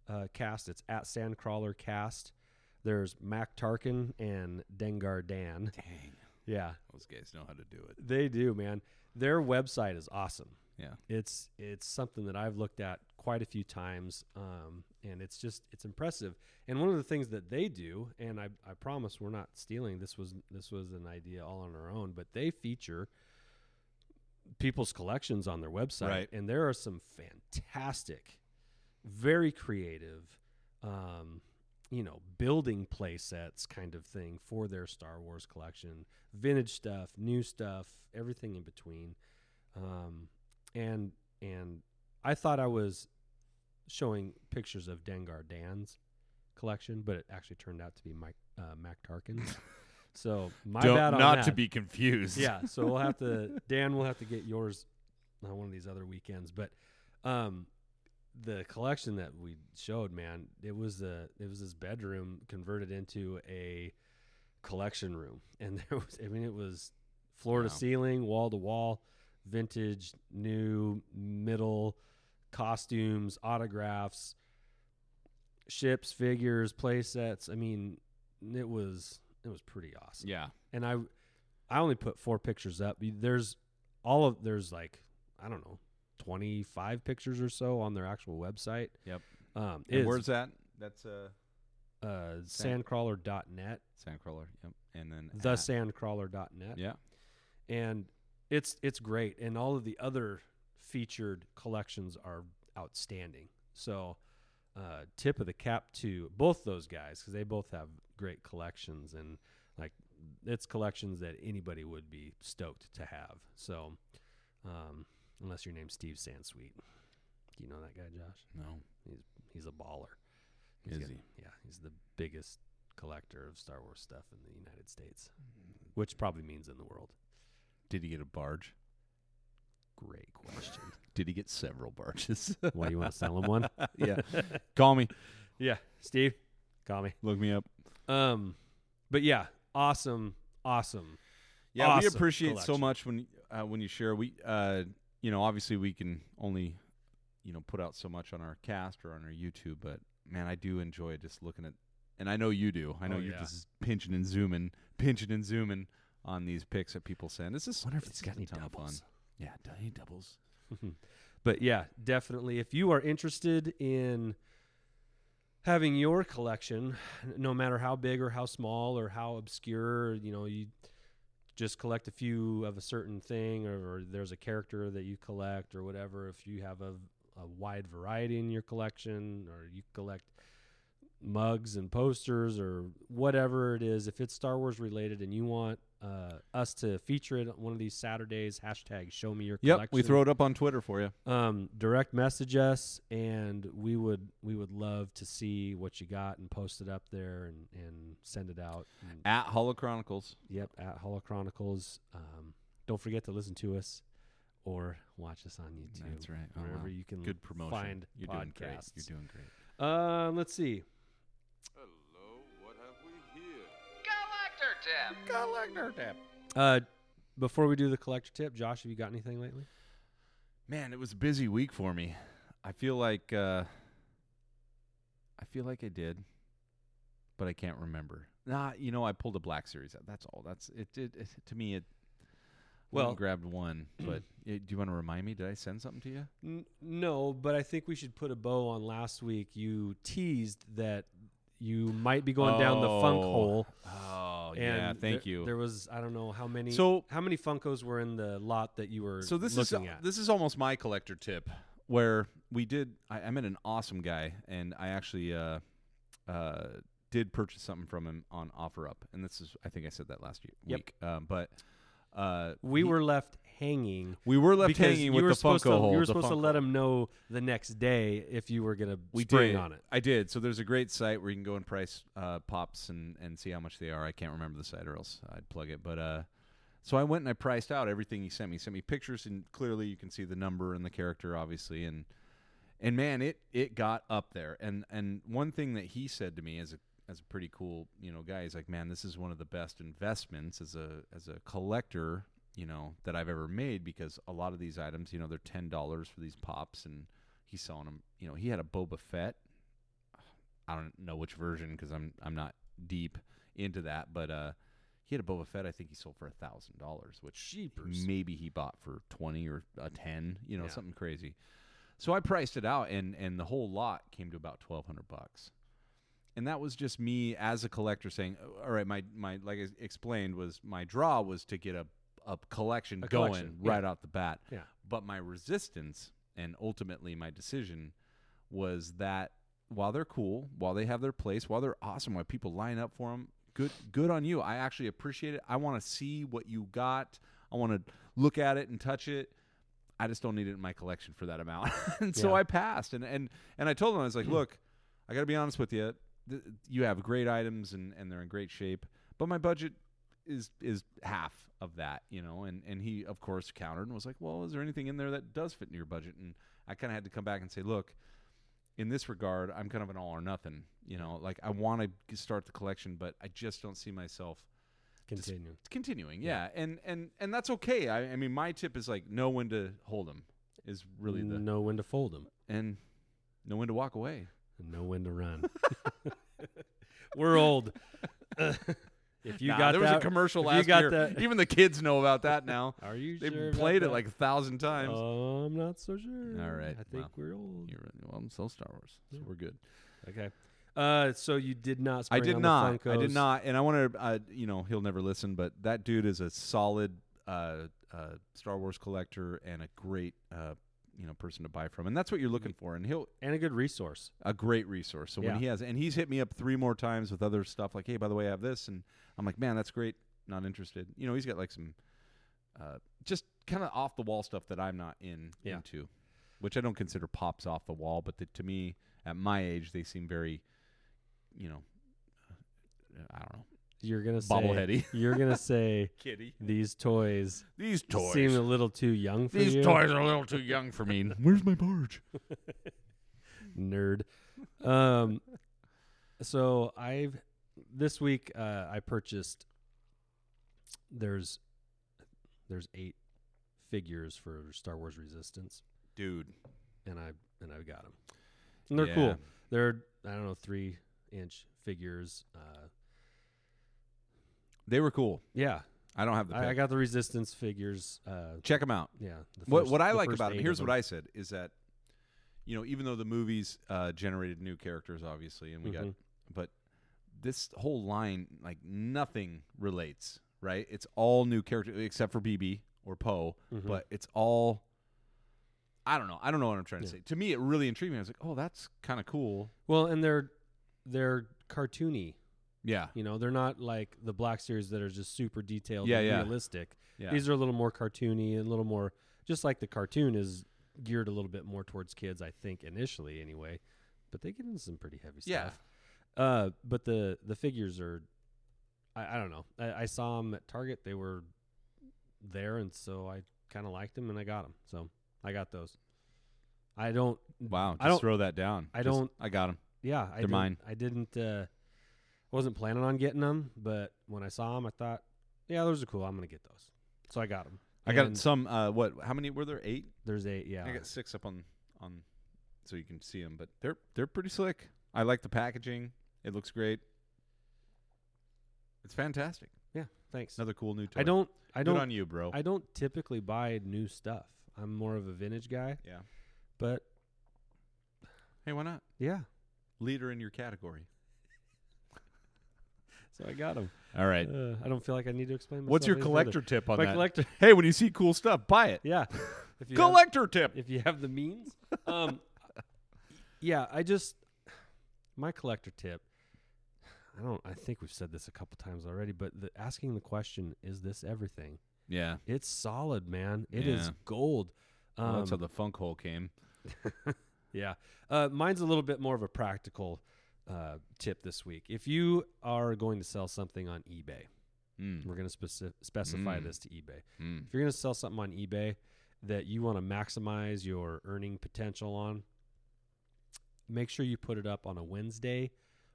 Speaker 3: uh, cast. It's at Sandcrawler Cast. There's Mac Tarkin and Dengar Dan.
Speaker 2: Dang,
Speaker 3: Yeah,
Speaker 2: those guys know how to do it.
Speaker 3: they do, man. Their website is awesome.
Speaker 2: Yeah.
Speaker 3: It's it's something that I've looked at quite a few times, um, and it's just it's impressive. And one of the things that they do, and I, I promise we're not stealing. This was this was an idea all on our own, but they feature people's collections on their website,
Speaker 2: Right.
Speaker 3: and there are some fantastic, very creative, um, you know, building play sets kind of thing for their Star Wars collection, vintage stuff, new stuff, everything in between. Um, and and I thought I was showing pictures of Dengar Dan's collection, but it actually turned out to be Mike uh, Mac Tarkin. so my
Speaker 6: Don't-
Speaker 3: bad on
Speaker 6: not
Speaker 3: that.
Speaker 6: to be confused.
Speaker 3: Yeah, so we'll have to Dan. We'll have to get yours on one of these other weekends. But um, the collection that we showed, man, it was a it was this bedroom converted into a collection room, and there was I mean it was floor to
Speaker 2: Wow.
Speaker 3: ceiling, wall to wall, vintage, new, middle, costumes, autographs, ships, figures, play sets. I mean, it was it was pretty awesome
Speaker 2: Yeah.
Speaker 3: and I I only put four pictures up. You- There's all of there's like I don't know twenty five pictures or so on their actual website.
Speaker 2: Yep.
Speaker 3: Um,
Speaker 2: And
Speaker 3: it
Speaker 2: where's
Speaker 3: is
Speaker 2: that? That's uh,
Speaker 3: uh,
Speaker 2: Sand- Ah.
Speaker 3: sandcrawler.net,
Speaker 2: Sandcrawler. Yep. And then
Speaker 3: the
Speaker 2: at-
Speaker 3: sandcrawler.net,
Speaker 2: Yeah.
Speaker 3: and it's it's great. And all of the other featured collections are outstanding. So uh, tip of the cap to both those guys because they both have great collections and like it's collections that anybody would be stoked to have. So um, unless your name's Steve Sansweet, you know that guy, Josh.
Speaker 2: No.
Speaker 3: He's a baller. He's
Speaker 2: Is
Speaker 3: got-
Speaker 2: he?
Speaker 3: Yeah, he's the biggest collector of Star Wars stuff in the United States,
Speaker 2: Mm-hmm.
Speaker 3: which probably means in the world.
Speaker 2: Did he get a barge?
Speaker 3: Great question.
Speaker 2: Did he get several barges?
Speaker 3: Why you want to sell him one?
Speaker 2: yeah. Call me.
Speaker 3: Yeah, Steve, call me.
Speaker 2: Look me up.
Speaker 3: Um, but yeah, awesome, awesome.
Speaker 2: Yeah, we
Speaker 3: Awesome
Speaker 2: appreciate so
Speaker 3: collection.
Speaker 2: much when uh, when you share. We uh, you know, obviously we can only you know put out so much on our cast or on our YouTube, but man, I do enjoy just looking at and I know you do. I know
Speaker 3: Oh,
Speaker 2: you're
Speaker 3: yeah.
Speaker 2: just pinching and zooming, pinching and zooming on these pics that people send. It's just
Speaker 3: Wonder if
Speaker 2: it's
Speaker 3: it's got
Speaker 2: just a
Speaker 3: any
Speaker 2: ton of fun.
Speaker 3: doubles.
Speaker 2: Yeah, any doubles.
Speaker 3: But yeah, definitely. If you are interested in having your collection, n- no matter how big or how small or how obscure, you know, you just collect a few of a certain thing or, or there's a character that you collect or whatever. If you have a, a wide variety in your collection or you collect mugs and posters or whatever it is, if it's Star Wars related and you want uh, us to feature it on one of these Saturdays, hashtag show me your
Speaker 2: Yep,
Speaker 3: collection
Speaker 2: we throw it up on Twitter for you.
Speaker 3: um, direct message us, and we would we would love to see what you got and post it up there and, and send it out. And,
Speaker 2: At Holochronicles.
Speaker 3: yep, at Hollow Chronicles. Um, don't forget to listen to us or watch us on YouTube.
Speaker 2: That's right. Oh,
Speaker 3: Wherever
Speaker 2: wow.
Speaker 3: you can
Speaker 2: Good promotion.
Speaker 3: Mm, find
Speaker 2: You're doing great.
Speaker 3: podcasts.
Speaker 2: You're doing great.
Speaker 3: Um, let's see.
Speaker 4: Hello, what have we here? Galactor Tap!
Speaker 3: Uh, before we do the collector tip, Josh, have you got anything lately?
Speaker 2: Man, it was a busy week for me. I feel like uh I feel like I did, but I can't remember. Nah, you know, I pulled a black series. out. That's all. That's it. It, it to me it. Well,
Speaker 3: Well-
Speaker 2: grabbed one, but eh, do you want to remind me? Did I send something to you?
Speaker 3: N- no, but I think we should put a bow on last week. You teased that you might be going down the funk
Speaker 2: Oh.
Speaker 3: hole.
Speaker 2: Oh
Speaker 3: And there- There was I don't know how many.
Speaker 2: So-
Speaker 3: how many Funkos were in the lot that you were
Speaker 2: so this is uh,
Speaker 3: looking at?
Speaker 2: this is almost my collector tip where we did I, I met an awesome guy and I actually uh, uh, did purchase something from him on OfferUp and this is I think I said that last year,
Speaker 3: Yep.
Speaker 2: week um, but uh,
Speaker 3: we
Speaker 2: he-
Speaker 3: were left hanging.
Speaker 2: we were left
Speaker 3: because
Speaker 2: hanging
Speaker 3: you
Speaker 2: with
Speaker 3: were
Speaker 2: the Funko
Speaker 3: supposed to,
Speaker 2: hole.
Speaker 3: You
Speaker 2: the
Speaker 3: were supposed to
Speaker 2: Funko
Speaker 3: let him know the next day if you were gonna
Speaker 2: we
Speaker 3: spring
Speaker 2: did.
Speaker 3: on it.
Speaker 2: I did. So there's a great site where you can go and price uh, pops and, and see how much they are. I can't remember the site or else I'd plug it. But uh, so I went and I priced out everything he sent me. He sent me pictures and clearly you can see the number and the character obviously and and man it it got up there. And and one thing that he said to me as a as a pretty cool you know guy, he's like, man, this is one of the best investments as a as a collector you know that I've ever made because a lot of these items you know they're ten dollars for these pops and he's selling them. You know, he had a Boba Fett. I don't know which version because I'm I'm not deep into that, but uh, he had a Boba Fett. I think he sold for a thousand dollars, which
Speaker 3: Jeepers.
Speaker 2: maybe he bought for twenty or a ten. You know,
Speaker 3: Yeah.
Speaker 2: something crazy. So I priced it out, and and the whole lot came to about twelve hundred bucks. And that was just me as a collector saying, "Oh, "All right, my my like I explained was my draw was to get a a collection
Speaker 3: A
Speaker 2: going
Speaker 3: collection, yeah.
Speaker 2: right out the bat."
Speaker 3: Yeah.
Speaker 2: But my resistance and ultimately my decision was that while they're cool, while they have their place, while they're awesome, while people line up for them, good good on you. I actually appreciate it. I want to see what you got. I want to look at it and touch it. I just don't need it in my collection for that amount. and so
Speaker 3: Yeah.
Speaker 2: I passed and and and I told him I was like, "Look, I got to be honest with you. Th- you have great items and and they're in great shape, but my budget is is half of that, you know. And and he of course countered and was like, "Well, is there anything in there that does fit in your budget?" And I kind of had to come back and say, "Look, in this regard, I'm kind of an all or nothing, you know. Like I want to start the collection, but I just don't see myself
Speaker 3: Continue.
Speaker 2: continuing. Yeah, and and and that's okay. I, I mean, my tip is like know when to hold them is really the
Speaker 3: know when to fold them,
Speaker 2: and know when to walk away.
Speaker 3: and know when to run. we're old. if you
Speaker 2: Nah,
Speaker 3: got
Speaker 2: there
Speaker 3: that,
Speaker 2: was a commercial
Speaker 3: if
Speaker 2: last
Speaker 3: you got
Speaker 2: year.
Speaker 3: that-
Speaker 2: Even the kids know about that now.
Speaker 3: Are you
Speaker 2: They've
Speaker 3: sure about
Speaker 2: played it
Speaker 3: that?
Speaker 2: like a thousand times.
Speaker 3: Oh, I'm not so sure.
Speaker 2: All right,
Speaker 3: I think
Speaker 2: well,
Speaker 3: we're old.
Speaker 2: You're right. well, I'm so Star Wars, so
Speaker 3: Yeah.
Speaker 2: we're good.
Speaker 3: Okay. Uh, so you did not.
Speaker 2: I
Speaker 3: Spring
Speaker 2: did
Speaker 3: on
Speaker 2: not.
Speaker 3: The
Speaker 2: I did
Speaker 3: Funkos.
Speaker 2: not. And I want to, uh, you know, he'll never listen, but that dude is a solid uh, uh, Star Wars collector and a great, uh, you know, person to buy from, and that's what you're looking for. And he'll
Speaker 3: And a good resource.
Speaker 2: a great resource. So when
Speaker 3: Yeah.
Speaker 2: he has, and he's hit me up three more times with other stuff, like, hey, by the way, I have this, and I'm like, man, that's great. Not interested. You know, he's got like some, uh, just kind of off the wall stuff that I'm not in
Speaker 3: Yeah.
Speaker 2: into, which I don't consider pops off the wall, but that to me, at my age, they seem very, you know. uh, I don't know.
Speaker 3: You're gonna say
Speaker 2: Bobbleheady.
Speaker 3: You're gonna say
Speaker 2: kitty.
Speaker 3: these toys,
Speaker 2: These
Speaker 3: seem a little too young for you,
Speaker 2: are a little too young for me. Where's my barge?
Speaker 3: nerd. Um, so I've this week uh, I purchased. There's there's eight figures for Star Wars Resistance,
Speaker 2: Dude.
Speaker 3: and I and I got them. And they're
Speaker 2: Yeah.
Speaker 3: cool. They're I don't know three inch figures. Uh,
Speaker 2: They were cool.
Speaker 3: Yeah,
Speaker 2: I don't have the.
Speaker 3: I, I
Speaker 2: pic.
Speaker 3: got the resistance figures. Uh,
Speaker 2: Check them out.
Speaker 3: yeah. the
Speaker 2: What
Speaker 3: first-
Speaker 2: what I
Speaker 3: the
Speaker 2: like
Speaker 3: first
Speaker 2: about him,
Speaker 3: eight
Speaker 2: here's
Speaker 3: of
Speaker 2: what
Speaker 3: them.
Speaker 2: I said is that, you know, even though the movies uh, generated new characters, obviously, and we got,
Speaker 3: Mhm.
Speaker 2: but this whole line, like nothing relates, right? It's all new characters except for BB or Poe,
Speaker 3: Mhm.
Speaker 2: but it's all. I don't know. I don't know what I'm trying to
Speaker 3: Yeah.
Speaker 2: say. To me, it really intrigued me. I was like, oh, that's kind of cool.
Speaker 3: Well, and they're they're cartoony.
Speaker 2: Yeah,
Speaker 3: You know, they're not like the Black series that are just super detailed
Speaker 2: Yeah,
Speaker 3: and
Speaker 2: yeah.
Speaker 3: realistic.
Speaker 2: yeah,
Speaker 3: These are a little more cartoony and a little more just like the cartoon is geared a little bit more towards kids, I think initially anyway. But they get into some pretty heavy
Speaker 2: yeah.
Speaker 3: stuff. Uh, but the the figures are, I, I don't know. I, I saw them at Target. They were there, and so I kind of liked them, and I got them. So I got those. I don't.
Speaker 2: Wow, just
Speaker 3: I don't.
Speaker 2: throw that down.
Speaker 3: I
Speaker 2: Just-
Speaker 3: don't-
Speaker 2: I got him.
Speaker 3: Yeah, I
Speaker 2: They're
Speaker 3: didn't,
Speaker 2: mine.
Speaker 3: I didn't. Uh, wasn't planning on getting them, but when I saw them, I thought, yeah, those are cool. I'm gonna get those. So I got them.
Speaker 2: I got some. Uh, what? How many were there? Eight.
Speaker 3: There's eight. Yeah.
Speaker 2: I got six up on on, so you can see them. But they're they're pretty slick. I like the packaging. It looks great. It's fantastic.
Speaker 3: yeah. Thanks.
Speaker 2: Another cool new toy.
Speaker 3: I don't. I
Speaker 2: Good
Speaker 3: don't.
Speaker 2: on you, bro.
Speaker 3: I don't typically buy new stuff. I'm more of a vintage guy,
Speaker 2: yeah.
Speaker 3: but
Speaker 2: Hey, why not?
Speaker 3: yeah.
Speaker 2: Leader in your category.
Speaker 3: So I got them.
Speaker 2: All right.
Speaker 3: Uh, I don't feel like I need to explain. Myself
Speaker 2: What's your
Speaker 3: any further.
Speaker 2: collector tip on
Speaker 3: My
Speaker 2: that?
Speaker 3: collector.
Speaker 2: hey, when you see cool stuff, buy it.
Speaker 3: Yeah. If you have,
Speaker 2: collector tip.
Speaker 3: if you have the means. Um, yeah, I just my collector tip. I don't. I think we've said this a couple times already, but the, asking the question, "Is this everything?"
Speaker 2: Yeah.
Speaker 3: It's solid, man. It is
Speaker 2: Yeah.
Speaker 3: gold. Um,
Speaker 2: Well, that's how the funk hole came.
Speaker 3: Yeah. Uh, mine's a little bit more of a practical uh, tip this week. If you are going to sell something on eBay,
Speaker 2: Mm,
Speaker 3: we're going to speci- specify
Speaker 2: Mm.
Speaker 3: this to eBay.
Speaker 2: mm.
Speaker 3: If you're going to sell something on eBay that you want to maximize your earning potential on, make sure you put it up on a Wednesday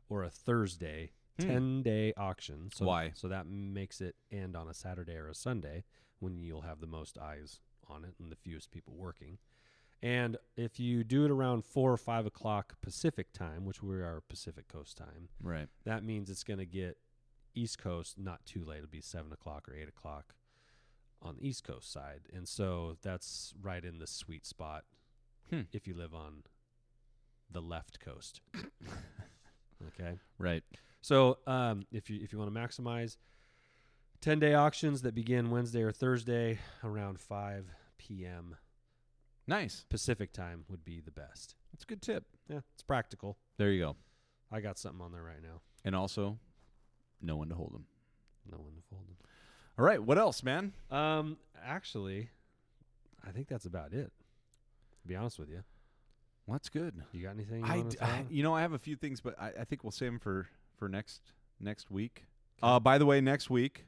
Speaker 3: or a Thursday,
Speaker 2: Hmm.
Speaker 3: 10 day auction. So,
Speaker 2: Why?
Speaker 3: So that makes it end on a Saturday or a Sunday when you'll have the most eyes on it and the fewest people working. And if you do it around four or five o'clock Pacific time, which we are Pacific Coast time,
Speaker 2: Right.
Speaker 3: that means it's going to get East Coast not too late. It'll be seven o'clock or eight o'clock on the East Coast side, and so that's right in the sweet spot
Speaker 2: Hmm.
Speaker 3: if you live on the left coast. okay,
Speaker 2: Right.
Speaker 3: so um, if you if you want to maximize ten day auctions that begin Wednesday or Thursday around five p.m.
Speaker 2: Nice.
Speaker 3: Pacific time would be the best.
Speaker 2: That's a good tip.
Speaker 3: Yeah, it's practical.
Speaker 2: There you go.
Speaker 3: I got something on there right now.
Speaker 2: And also, no one to hold them.
Speaker 3: No one to fold them.
Speaker 2: All right. What else, man?
Speaker 3: Um, actually, I think that's about it. To be honest with you,
Speaker 2: Well, that's good.
Speaker 3: you got anything? You
Speaker 2: I,
Speaker 3: wanna
Speaker 2: d-
Speaker 3: throw
Speaker 2: I-
Speaker 3: out?
Speaker 2: you know, I have a few things, but I, I think we'll save them for for next next week. Uh, by the way, next week,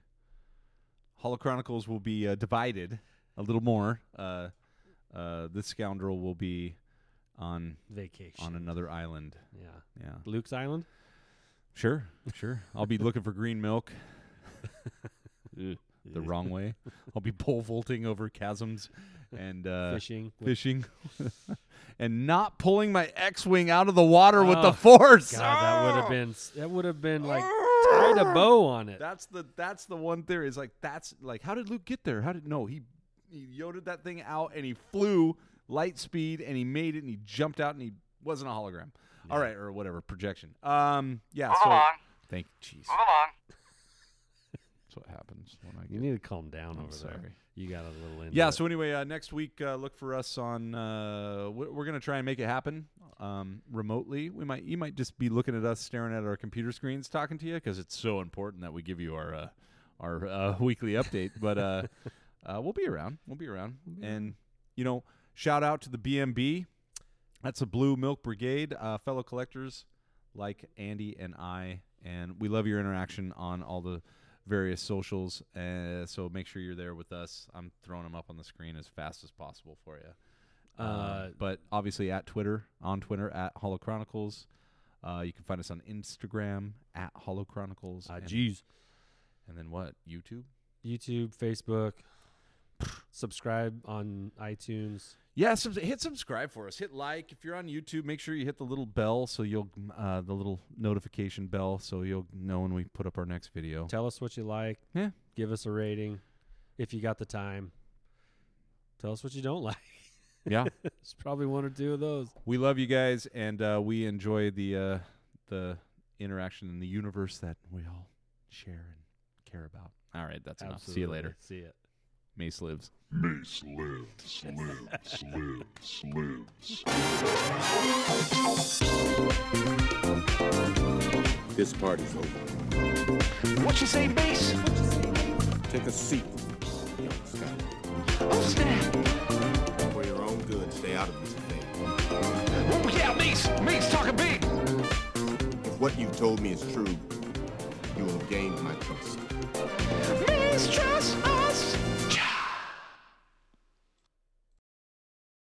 Speaker 2: Hollow Chronicles will be uh, divided a little more. Uh, uh, this scoundrel will be on
Speaker 3: vacation
Speaker 2: on another island.
Speaker 3: Yeah,
Speaker 2: Yeah,
Speaker 3: Luke's Island.
Speaker 2: sure, sure. I'll be looking for green milk the wrong way. I'll be pole vaulting over chasms and uh,
Speaker 3: Fishing. with-
Speaker 2: fishing. and not pulling my X-wing out of the water with the
Speaker 3: Oh,
Speaker 2: force.
Speaker 3: God, that would have
Speaker 2: Ah!
Speaker 3: been s- that would have been like tied a bow on it.
Speaker 2: That's the that's the one theory. Is like that's like how did Luke get there? How did no he he yoded that thing out and he flew light speed and he made it and he jumped out and he wasn't a hologram. All right, or whatever projection. Um, yeah.
Speaker 4: Move
Speaker 2: so
Speaker 4: along,
Speaker 2: thank jeez.
Speaker 4: move along.
Speaker 2: That's what happens when I
Speaker 3: You need to calm down
Speaker 2: I'm
Speaker 3: over there.
Speaker 2: sorry.
Speaker 3: You got a little in.
Speaker 2: Yeah. So anyway, uh, next week uh, look for us on. Uh, we're, we're gonna try and make it happen um, remotely. We might you might just be looking at us staring at our computer screens talking to you because it's so important that we give you our uh, our uh, weekly update. But uh, uh, we'll be around. We'll be around. and you know, shout out to the BMB. That's the Blue Milk Brigade, uh, fellow collectors like Andy and I, and we love your interaction on all the various socials. Uh, so make sure you're there with us. I'm throwing them up on the screen as fast as possible for you. Uh,
Speaker 3: Uh,
Speaker 2: but obviously at Twitter, on Twitter at Hollow Chronicles. Uh, you can find us on Instagram at Hollow Chronicles.
Speaker 3: Ah,
Speaker 2: and,
Speaker 3: jeez.
Speaker 2: and then what? YouTube?
Speaker 3: YouTube, Facebook, subscribe on iTunes.
Speaker 2: Yeah, subs- hit subscribe for us. Hit like if you're on YouTube. Make sure you hit the little bell so you'll uh, the little notification bell so you'll know when we put up our next video.
Speaker 3: Tell us what you like.
Speaker 2: Yeah,
Speaker 3: Give us a rating if you got the time. Tell us what you don't like.
Speaker 2: Yeah.
Speaker 3: There's probably one or two of those.
Speaker 2: we love you guys, and uh, we enjoy the uh, the interaction in the universe that we all share and care about. All right, that's enough. See you
Speaker 3: Absolutely.
Speaker 2: later.
Speaker 3: See it.
Speaker 2: Mace lives.
Speaker 7: Mace lives, lives, lives, lives.
Speaker 8: This party's over.
Speaker 9: What you say, bass?
Speaker 8: Take a seat, young Scott.
Speaker 9: Who's that?
Speaker 8: For your own good, stay out of this thing.
Speaker 9: Oh, yeah, Mace. Mace talking big.
Speaker 8: If what you've told me is true, you will have gained my trust.
Speaker 9: Mistress. Oh.